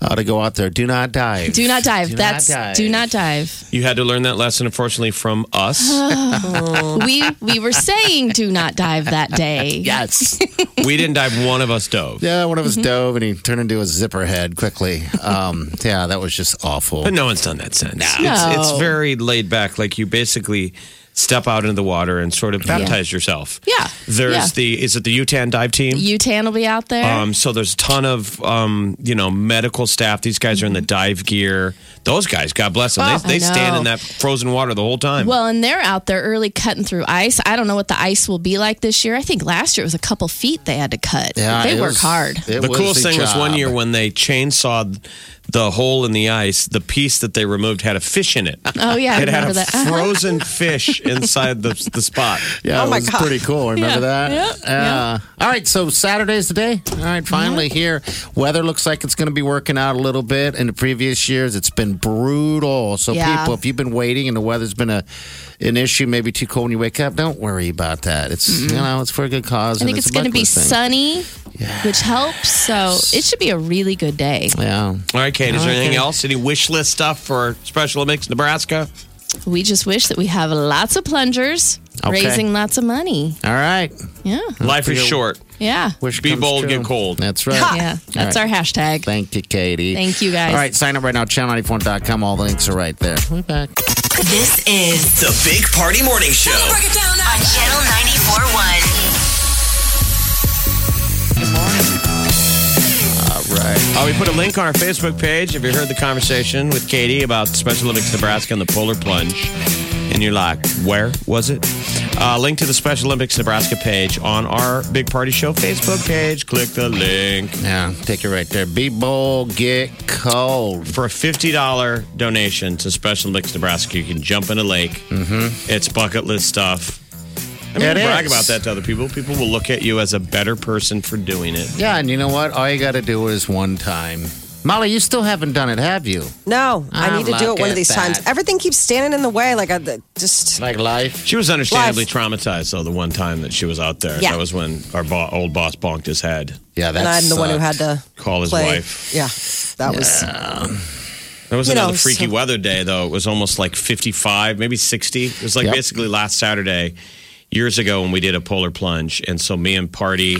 Speaker 5: uh, to go out there. Do not dive.
Speaker 11: Do not dive.
Speaker 5: Do not
Speaker 11: That's
Speaker 5: dive.
Speaker 11: do not dive.
Speaker 4: You had to learn that lesson, unfortunately, from
Speaker 11: [LAUGHS]
Speaker 4: us.
Speaker 11: we we
Speaker 4: [LAUGHS]
Speaker 11: were saying do not dive that day. [LAUGHS]
Speaker 5: Yes.
Speaker 4: we didn't dive. One of us dove.
Speaker 5: Yeah, one of
Speaker 11: Mm-hmm.
Speaker 5: us dove and he turned into a zipper head quickly. Um, yeah, that was just awful.
Speaker 4: But no one's done that since.
Speaker 5: No.
Speaker 4: It's,
Speaker 11: No.
Speaker 4: it's very laid back. Like you basically step out into the water and sort of baptize yourself.
Speaker 11: Yeah.
Speaker 4: There's
Speaker 11: yeah.
Speaker 4: the is it the UTAN dive team?
Speaker 11: UTAN will be out there.
Speaker 4: Um, so there's a ton of um, you know medical staff. These guys are in the dive gear. Those guys, God bless them,
Speaker 11: Mm-hmm. Oh, I
Speaker 4: they, they stand
Speaker 11: know.
Speaker 4: in that frozen water the whole time.
Speaker 11: well, and they're out there early cutting through ice. I don't know what the ice will be like this year. I think last year it was a couple feet they had to cut. they work hard.
Speaker 4: The coolest thing was one year when they chainsawed the hole in the ice. The piece that they removed had a fish in it.
Speaker 11: Oh, yeah, I
Speaker 4: it had
Speaker 11: remember
Speaker 4: a
Speaker 11: that. [LAUGHS] Uh-huh.
Speaker 4: frozen fish inside the the spot.
Speaker 5: Yeah,
Speaker 11: Oh
Speaker 5: it was pretty cool. Remember
Speaker 4: Yeah,
Speaker 5: that?
Speaker 4: yeah,
Speaker 5: Uh, All right, so Saturday's the day. All right, finally
Speaker 11: Mm-hmm.
Speaker 5: here. Weather looks like it's going to be working out a little bit. In the previous years, it's been brutal. So
Speaker 11: Yeah.
Speaker 5: people, if you've been waiting and the weather's been a an issue, maybe too cold when you wake up, don't worry about that. It's you know it's for a good cause.
Speaker 11: I
Speaker 5: and
Speaker 11: think it's
Speaker 5: a
Speaker 11: going to be
Speaker 5: bucket list thing.
Speaker 11: sunny, which helps. So it should be a really good day.
Speaker 5: Yeah.
Speaker 4: All right, Kate. Is there anything
Speaker 11: Okay.
Speaker 4: else? Any wish list stuff for Special Olympics Nebraska?
Speaker 11: We just wish that we have lots of plungers
Speaker 4: Okay.
Speaker 11: raising lots of money.
Speaker 5: All right.
Speaker 11: Yeah.
Speaker 4: Life is
Speaker 5: Figure-
Speaker 4: short.
Speaker 11: Yeah.
Speaker 5: Wish
Speaker 4: Be
Speaker 5: comes
Speaker 4: bold,
Speaker 5: true.
Speaker 4: get cold.
Speaker 5: That's right.
Speaker 11: Yeah.
Speaker 5: All
Speaker 11: That's
Speaker 5: right.
Speaker 11: our hashtag.
Speaker 5: Thank you, Katie.
Speaker 11: Thank you, guys.
Speaker 5: All right, sign up right now, channel94.com. All the links are right there. We're back.
Speaker 1: This is
Speaker 2: The Big Party Morning Show.
Speaker 1: on Channel 94.1.
Speaker 5: All right.
Speaker 4: Uh, we put a link on our Facebook page. Have you heard the conversation with Katie about Special Olympics Nebraska and the polar plunge? And you're like, where was it? Uh, link to the Special Olympics Nebraska page on our Big Party Show Facebook page. Click the link.
Speaker 5: Yeah, take it right there. Be bold, get cold.
Speaker 4: For a $50 donation to Special Olympics Nebraska, you can jump in a lake. Mm-hmm. It's bucket list stuff. I mean,
Speaker 5: It
Speaker 4: you brag
Speaker 5: is.
Speaker 4: about that to other people. People will look at you as a better person for doing it.
Speaker 5: Yeah, and you know what? All you got to do is one time. Molly, you still haven't done it, have you?
Speaker 3: No, I,
Speaker 5: Ah,
Speaker 3: need to do
Speaker 5: look
Speaker 3: it one
Speaker 5: at
Speaker 3: of these times.
Speaker 5: that.
Speaker 3: Everything keeps standing in the way. Like I the- just
Speaker 5: like life.
Speaker 4: She was understandably traumatized though. The one time that she was out there,
Speaker 3: Yeah.
Speaker 4: that was when our bo- old boss bonked his head.
Speaker 5: Yeah,
Speaker 3: and I'm the one who had to
Speaker 4: call his
Speaker 3: play.
Speaker 4: wife.
Speaker 3: Yeah, that was.
Speaker 4: That was
Speaker 3: You
Speaker 4: another
Speaker 3: know,
Speaker 4: freaky
Speaker 3: so-
Speaker 4: weather day, though. It was almost like 55, maybe 60. It was like
Speaker 5: Yep.
Speaker 4: basically last Saturday, years ago, when we did a polar plunge. And so, me and
Speaker 3: [LAUGHS]
Speaker 4: Party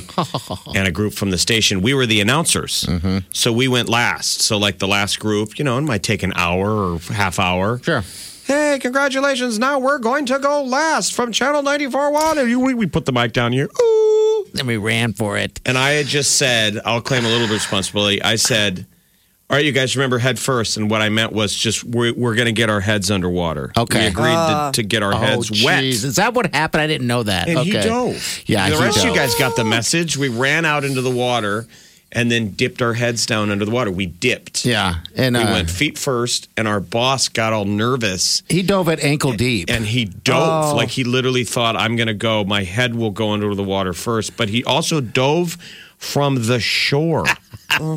Speaker 4: and a group from the station, we were the announcers. So, we went last. So, like the last group, you know, it might take an hour or half hour. Sure. Hey, congratulations. Now we're going to go last from Channel 94 One. And you- We, we put the mic down here. Ooh.
Speaker 5: And we ran for it.
Speaker 4: And I had just said, I'll claim a little bit of responsibility. I said, all right, you guys remember head first. And what I meant was just we're, we're going to get our heads underwater.
Speaker 5: Okay.
Speaker 4: We agreed
Speaker 5: Ah.
Speaker 4: to, to get our
Speaker 5: Oh,
Speaker 4: heads wet.
Speaker 5: jeez. Is that what happened? I didn't know that.
Speaker 4: And he
Speaker 5: Okay.
Speaker 4: dove.
Speaker 5: Yeah,
Speaker 4: The
Speaker 5: he
Speaker 4: rest of you
Speaker 5: dove.
Speaker 4: guys got the message. We ran out into the water and then dipped our heads down under the water. We dipped.
Speaker 5: Yeah. And
Speaker 4: we
Speaker 5: uh,
Speaker 4: went feet first, and our boss got all nervous.
Speaker 5: he dove at ankle deep.
Speaker 4: And he dove.
Speaker 5: Oh.
Speaker 4: Like he literally thought, I'm going to go. My head will go under the water first. But he also dove from
Speaker 5: [LAUGHS]
Speaker 4: the shore.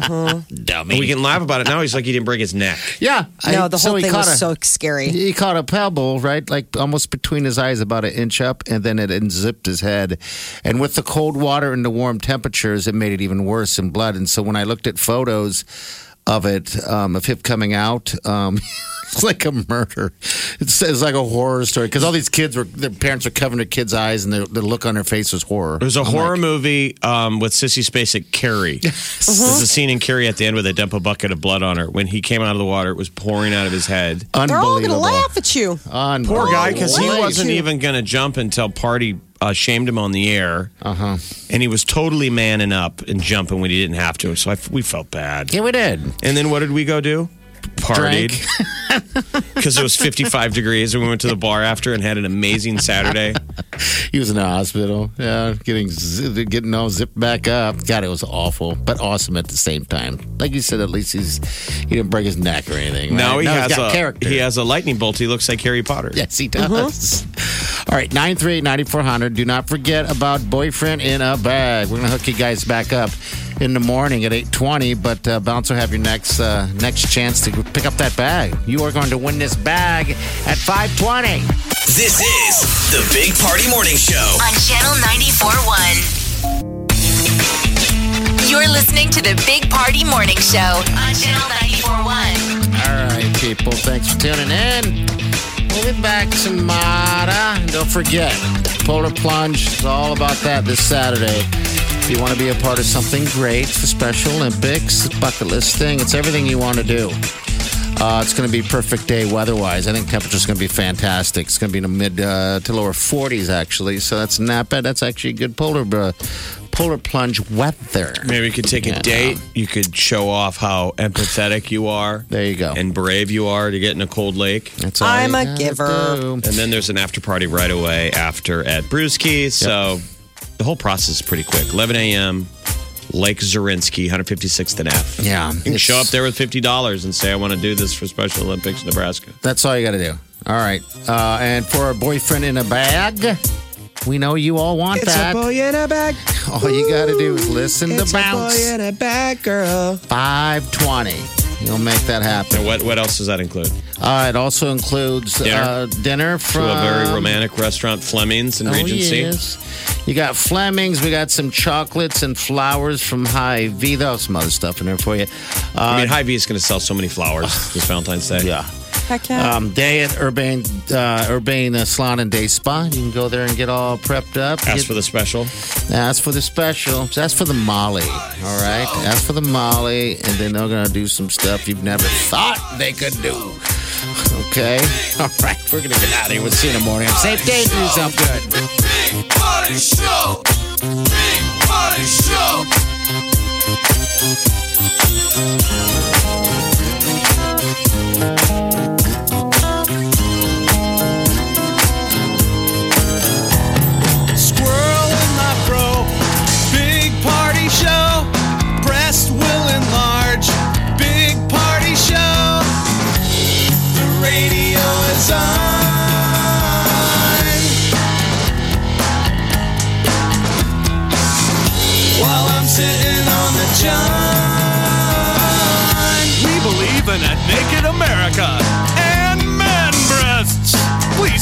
Speaker 4: And we can laugh about it now. He's like, he didn't break his neck.
Speaker 5: Yeah.
Speaker 3: No, the
Speaker 5: so
Speaker 3: whole
Speaker 5: he
Speaker 3: thing
Speaker 5: caught
Speaker 3: was
Speaker 5: a-
Speaker 3: so scary.
Speaker 5: He caught a pebble, right? Like almost between his eyes, about an inch up, and then it unzipped his head. And with the cold water and the warm temperatures, it made it even worse in blood. And so when I looked at photos of it, um, of him coming out, um, [LAUGHS] it's like a murder. It's, it's like a horror story because all these kids were, their parents were covering their kids' eyes, and their, their look on their face was horror.
Speaker 4: It was a horror movie um, with Sissy Spacek, [LAUGHS] Carrie. There's a scene in Carrie at the end where they dump a bucket of blood on her. When he came out of the water, it was pouring out of his head.
Speaker 3: They're all gonna laugh at you.
Speaker 5: Unbelievable.
Speaker 4: Poor guy, because he
Speaker 3: Unbelievable.
Speaker 4: wasn't even going to jump until Party uh, shamed him on the air. Uh huh. And he was totally manning up and jumping when he didn't have to. So I, we felt bad.
Speaker 5: Yeah, we did.
Speaker 4: And then what did we go do? Partied. [LAUGHS] Because it was 55 degrees, and we went to the bar after and had an amazing Saturday.
Speaker 5: He was in the hospital. Yeah, getting zi- getting all zipped back up. God, it was awful, but awesome at the same time. Like you said, at least he's he didn't break his neck or anything. Right?
Speaker 4: Now he
Speaker 5: he's
Speaker 4: has
Speaker 5: got
Speaker 4: a
Speaker 5: character.
Speaker 4: he has a lightning bolt. He looks like Harry Potter.
Speaker 5: Yes, he does. All right, 938-9400. Do not forget about Boyfriend in a Bag. We're going to hook you guys back up in the morning at 820, but uh, Bounce will have your next uh, next chance to pick up that bag. You are going to win this bag at 520.
Speaker 2: This is the Big Party Morning Show.
Speaker 1: on Channel 94.1. You're listening to the Big Party Morning Show on Channel 94.1.
Speaker 5: All right, people. Thanks for tuning in. We'll be back tomorrow. And Don't forget, Polar Plunge is all about that this Saturday. If you want to be a part of something great for Special Olympics, bucket list thing, it's everything you want to do. Uh, it's going to be a perfect day weather-wise. I think temperature's going to be fantastic. It's going to be in the mid uh, to lower 40s actually. So that's not bad. That's actually good polar uh, polar plunge weather.
Speaker 4: Maybe you could take a date. You could show off how empathetic you are. There
Speaker 5: you go.
Speaker 4: And brave you are to get in a cold lake.
Speaker 5: That's
Speaker 3: all I'm you a gotta giver. do.
Speaker 4: And then there's an after party right away after at Brewski. So the whole process is pretty quick. 11 a.m. Lake Zerinsky, 156th and F.
Speaker 5: Yeah,
Speaker 4: You can show up there with $50 and say, I want to do this for Special Olympics Nebraska.
Speaker 5: That's all you got to do. All right. Uh, and for a boyfriend in a bag, we know you all want that.
Speaker 3: in a bag.
Speaker 5: all you got to do is listen to Bounce.
Speaker 3: in a bag, girl.
Speaker 5: 520. You'll make that happen.
Speaker 4: And what, what else does that include?
Speaker 5: Uh, it also includes
Speaker 4: Dinner.
Speaker 5: Uh, dinner from
Speaker 4: to a very romantic restaurant, Fleming's in
Speaker 5: Um, Oh,
Speaker 4: Regency.
Speaker 5: yes. You got Flemings. We got some chocolates and flowers from High V. There's some other stuff in there for you. Uh,
Speaker 4: I mean, Hy-Vee is going to sell so many flowers [SIGHS] this Valentine's Day.
Speaker 5: Yeah.
Speaker 3: Heck yeah.
Speaker 5: Um, day at Urbane uh, Urbane uh, Salon and Day Spa. You can go there and get all prepped up.
Speaker 4: Ask
Speaker 5: Get-
Speaker 4: for the special.
Speaker 5: As for the special, that's for the Molly. All right. As for the Molly, and then they're gonna do some stuff you've never thought they could do. Okay. [LAUGHS] All right. We're gonna get out of here. We'll see you in the morning. Have a safe day. Do something good.
Speaker 14: Big Party Show. Big Party Show.
Speaker 16: Squirrel in my fro. Big party show. Breast will enlarge. Big party show. The radio is on. While I'm sitting on the john. America and man breasts. Please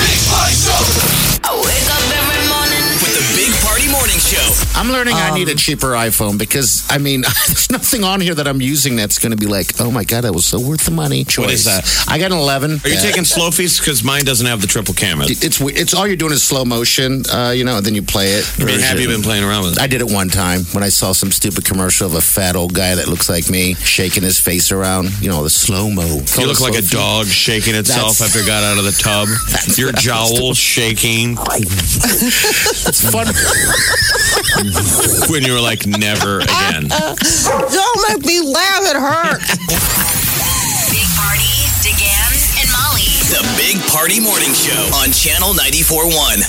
Speaker 16: Big party show.
Speaker 1: I wake up every morning
Speaker 2: with the Big Party Morning Show.
Speaker 5: I'm learning I
Speaker 4: Um,
Speaker 5: need a cheaper iPhone because I mean, [LAUGHS] there's nothing on here that I'm using that's going to be like, oh my god, that was so worth the money. Choice.
Speaker 4: What is that?
Speaker 5: I got an 11.
Speaker 4: Are you
Speaker 5: Uh,
Speaker 4: taking slow fees? Because mine doesn't have the triple camera.
Speaker 5: It's we- it's all you're doing is slow motion, uh, you know, and then you play it.
Speaker 4: I mean, have you been playing around with it?
Speaker 5: I did it one time when I saw some stupid commercial of a fat old guy that looks like me shaking his face around, you know, the slow mo.
Speaker 4: You look like a dog shaking itself
Speaker 5: That's-
Speaker 4: after it got out of the [LAUGHS] tub. Your jowl [LAUGHS] shaking
Speaker 5: it's fun.
Speaker 4: [LAUGHS] when you were like, never [LAUGHS] again.
Speaker 3: Don't make me laugh. It hurts.
Speaker 1: DeGan and Molly.
Speaker 2: The Big Party Morning Show on Channel 94.1.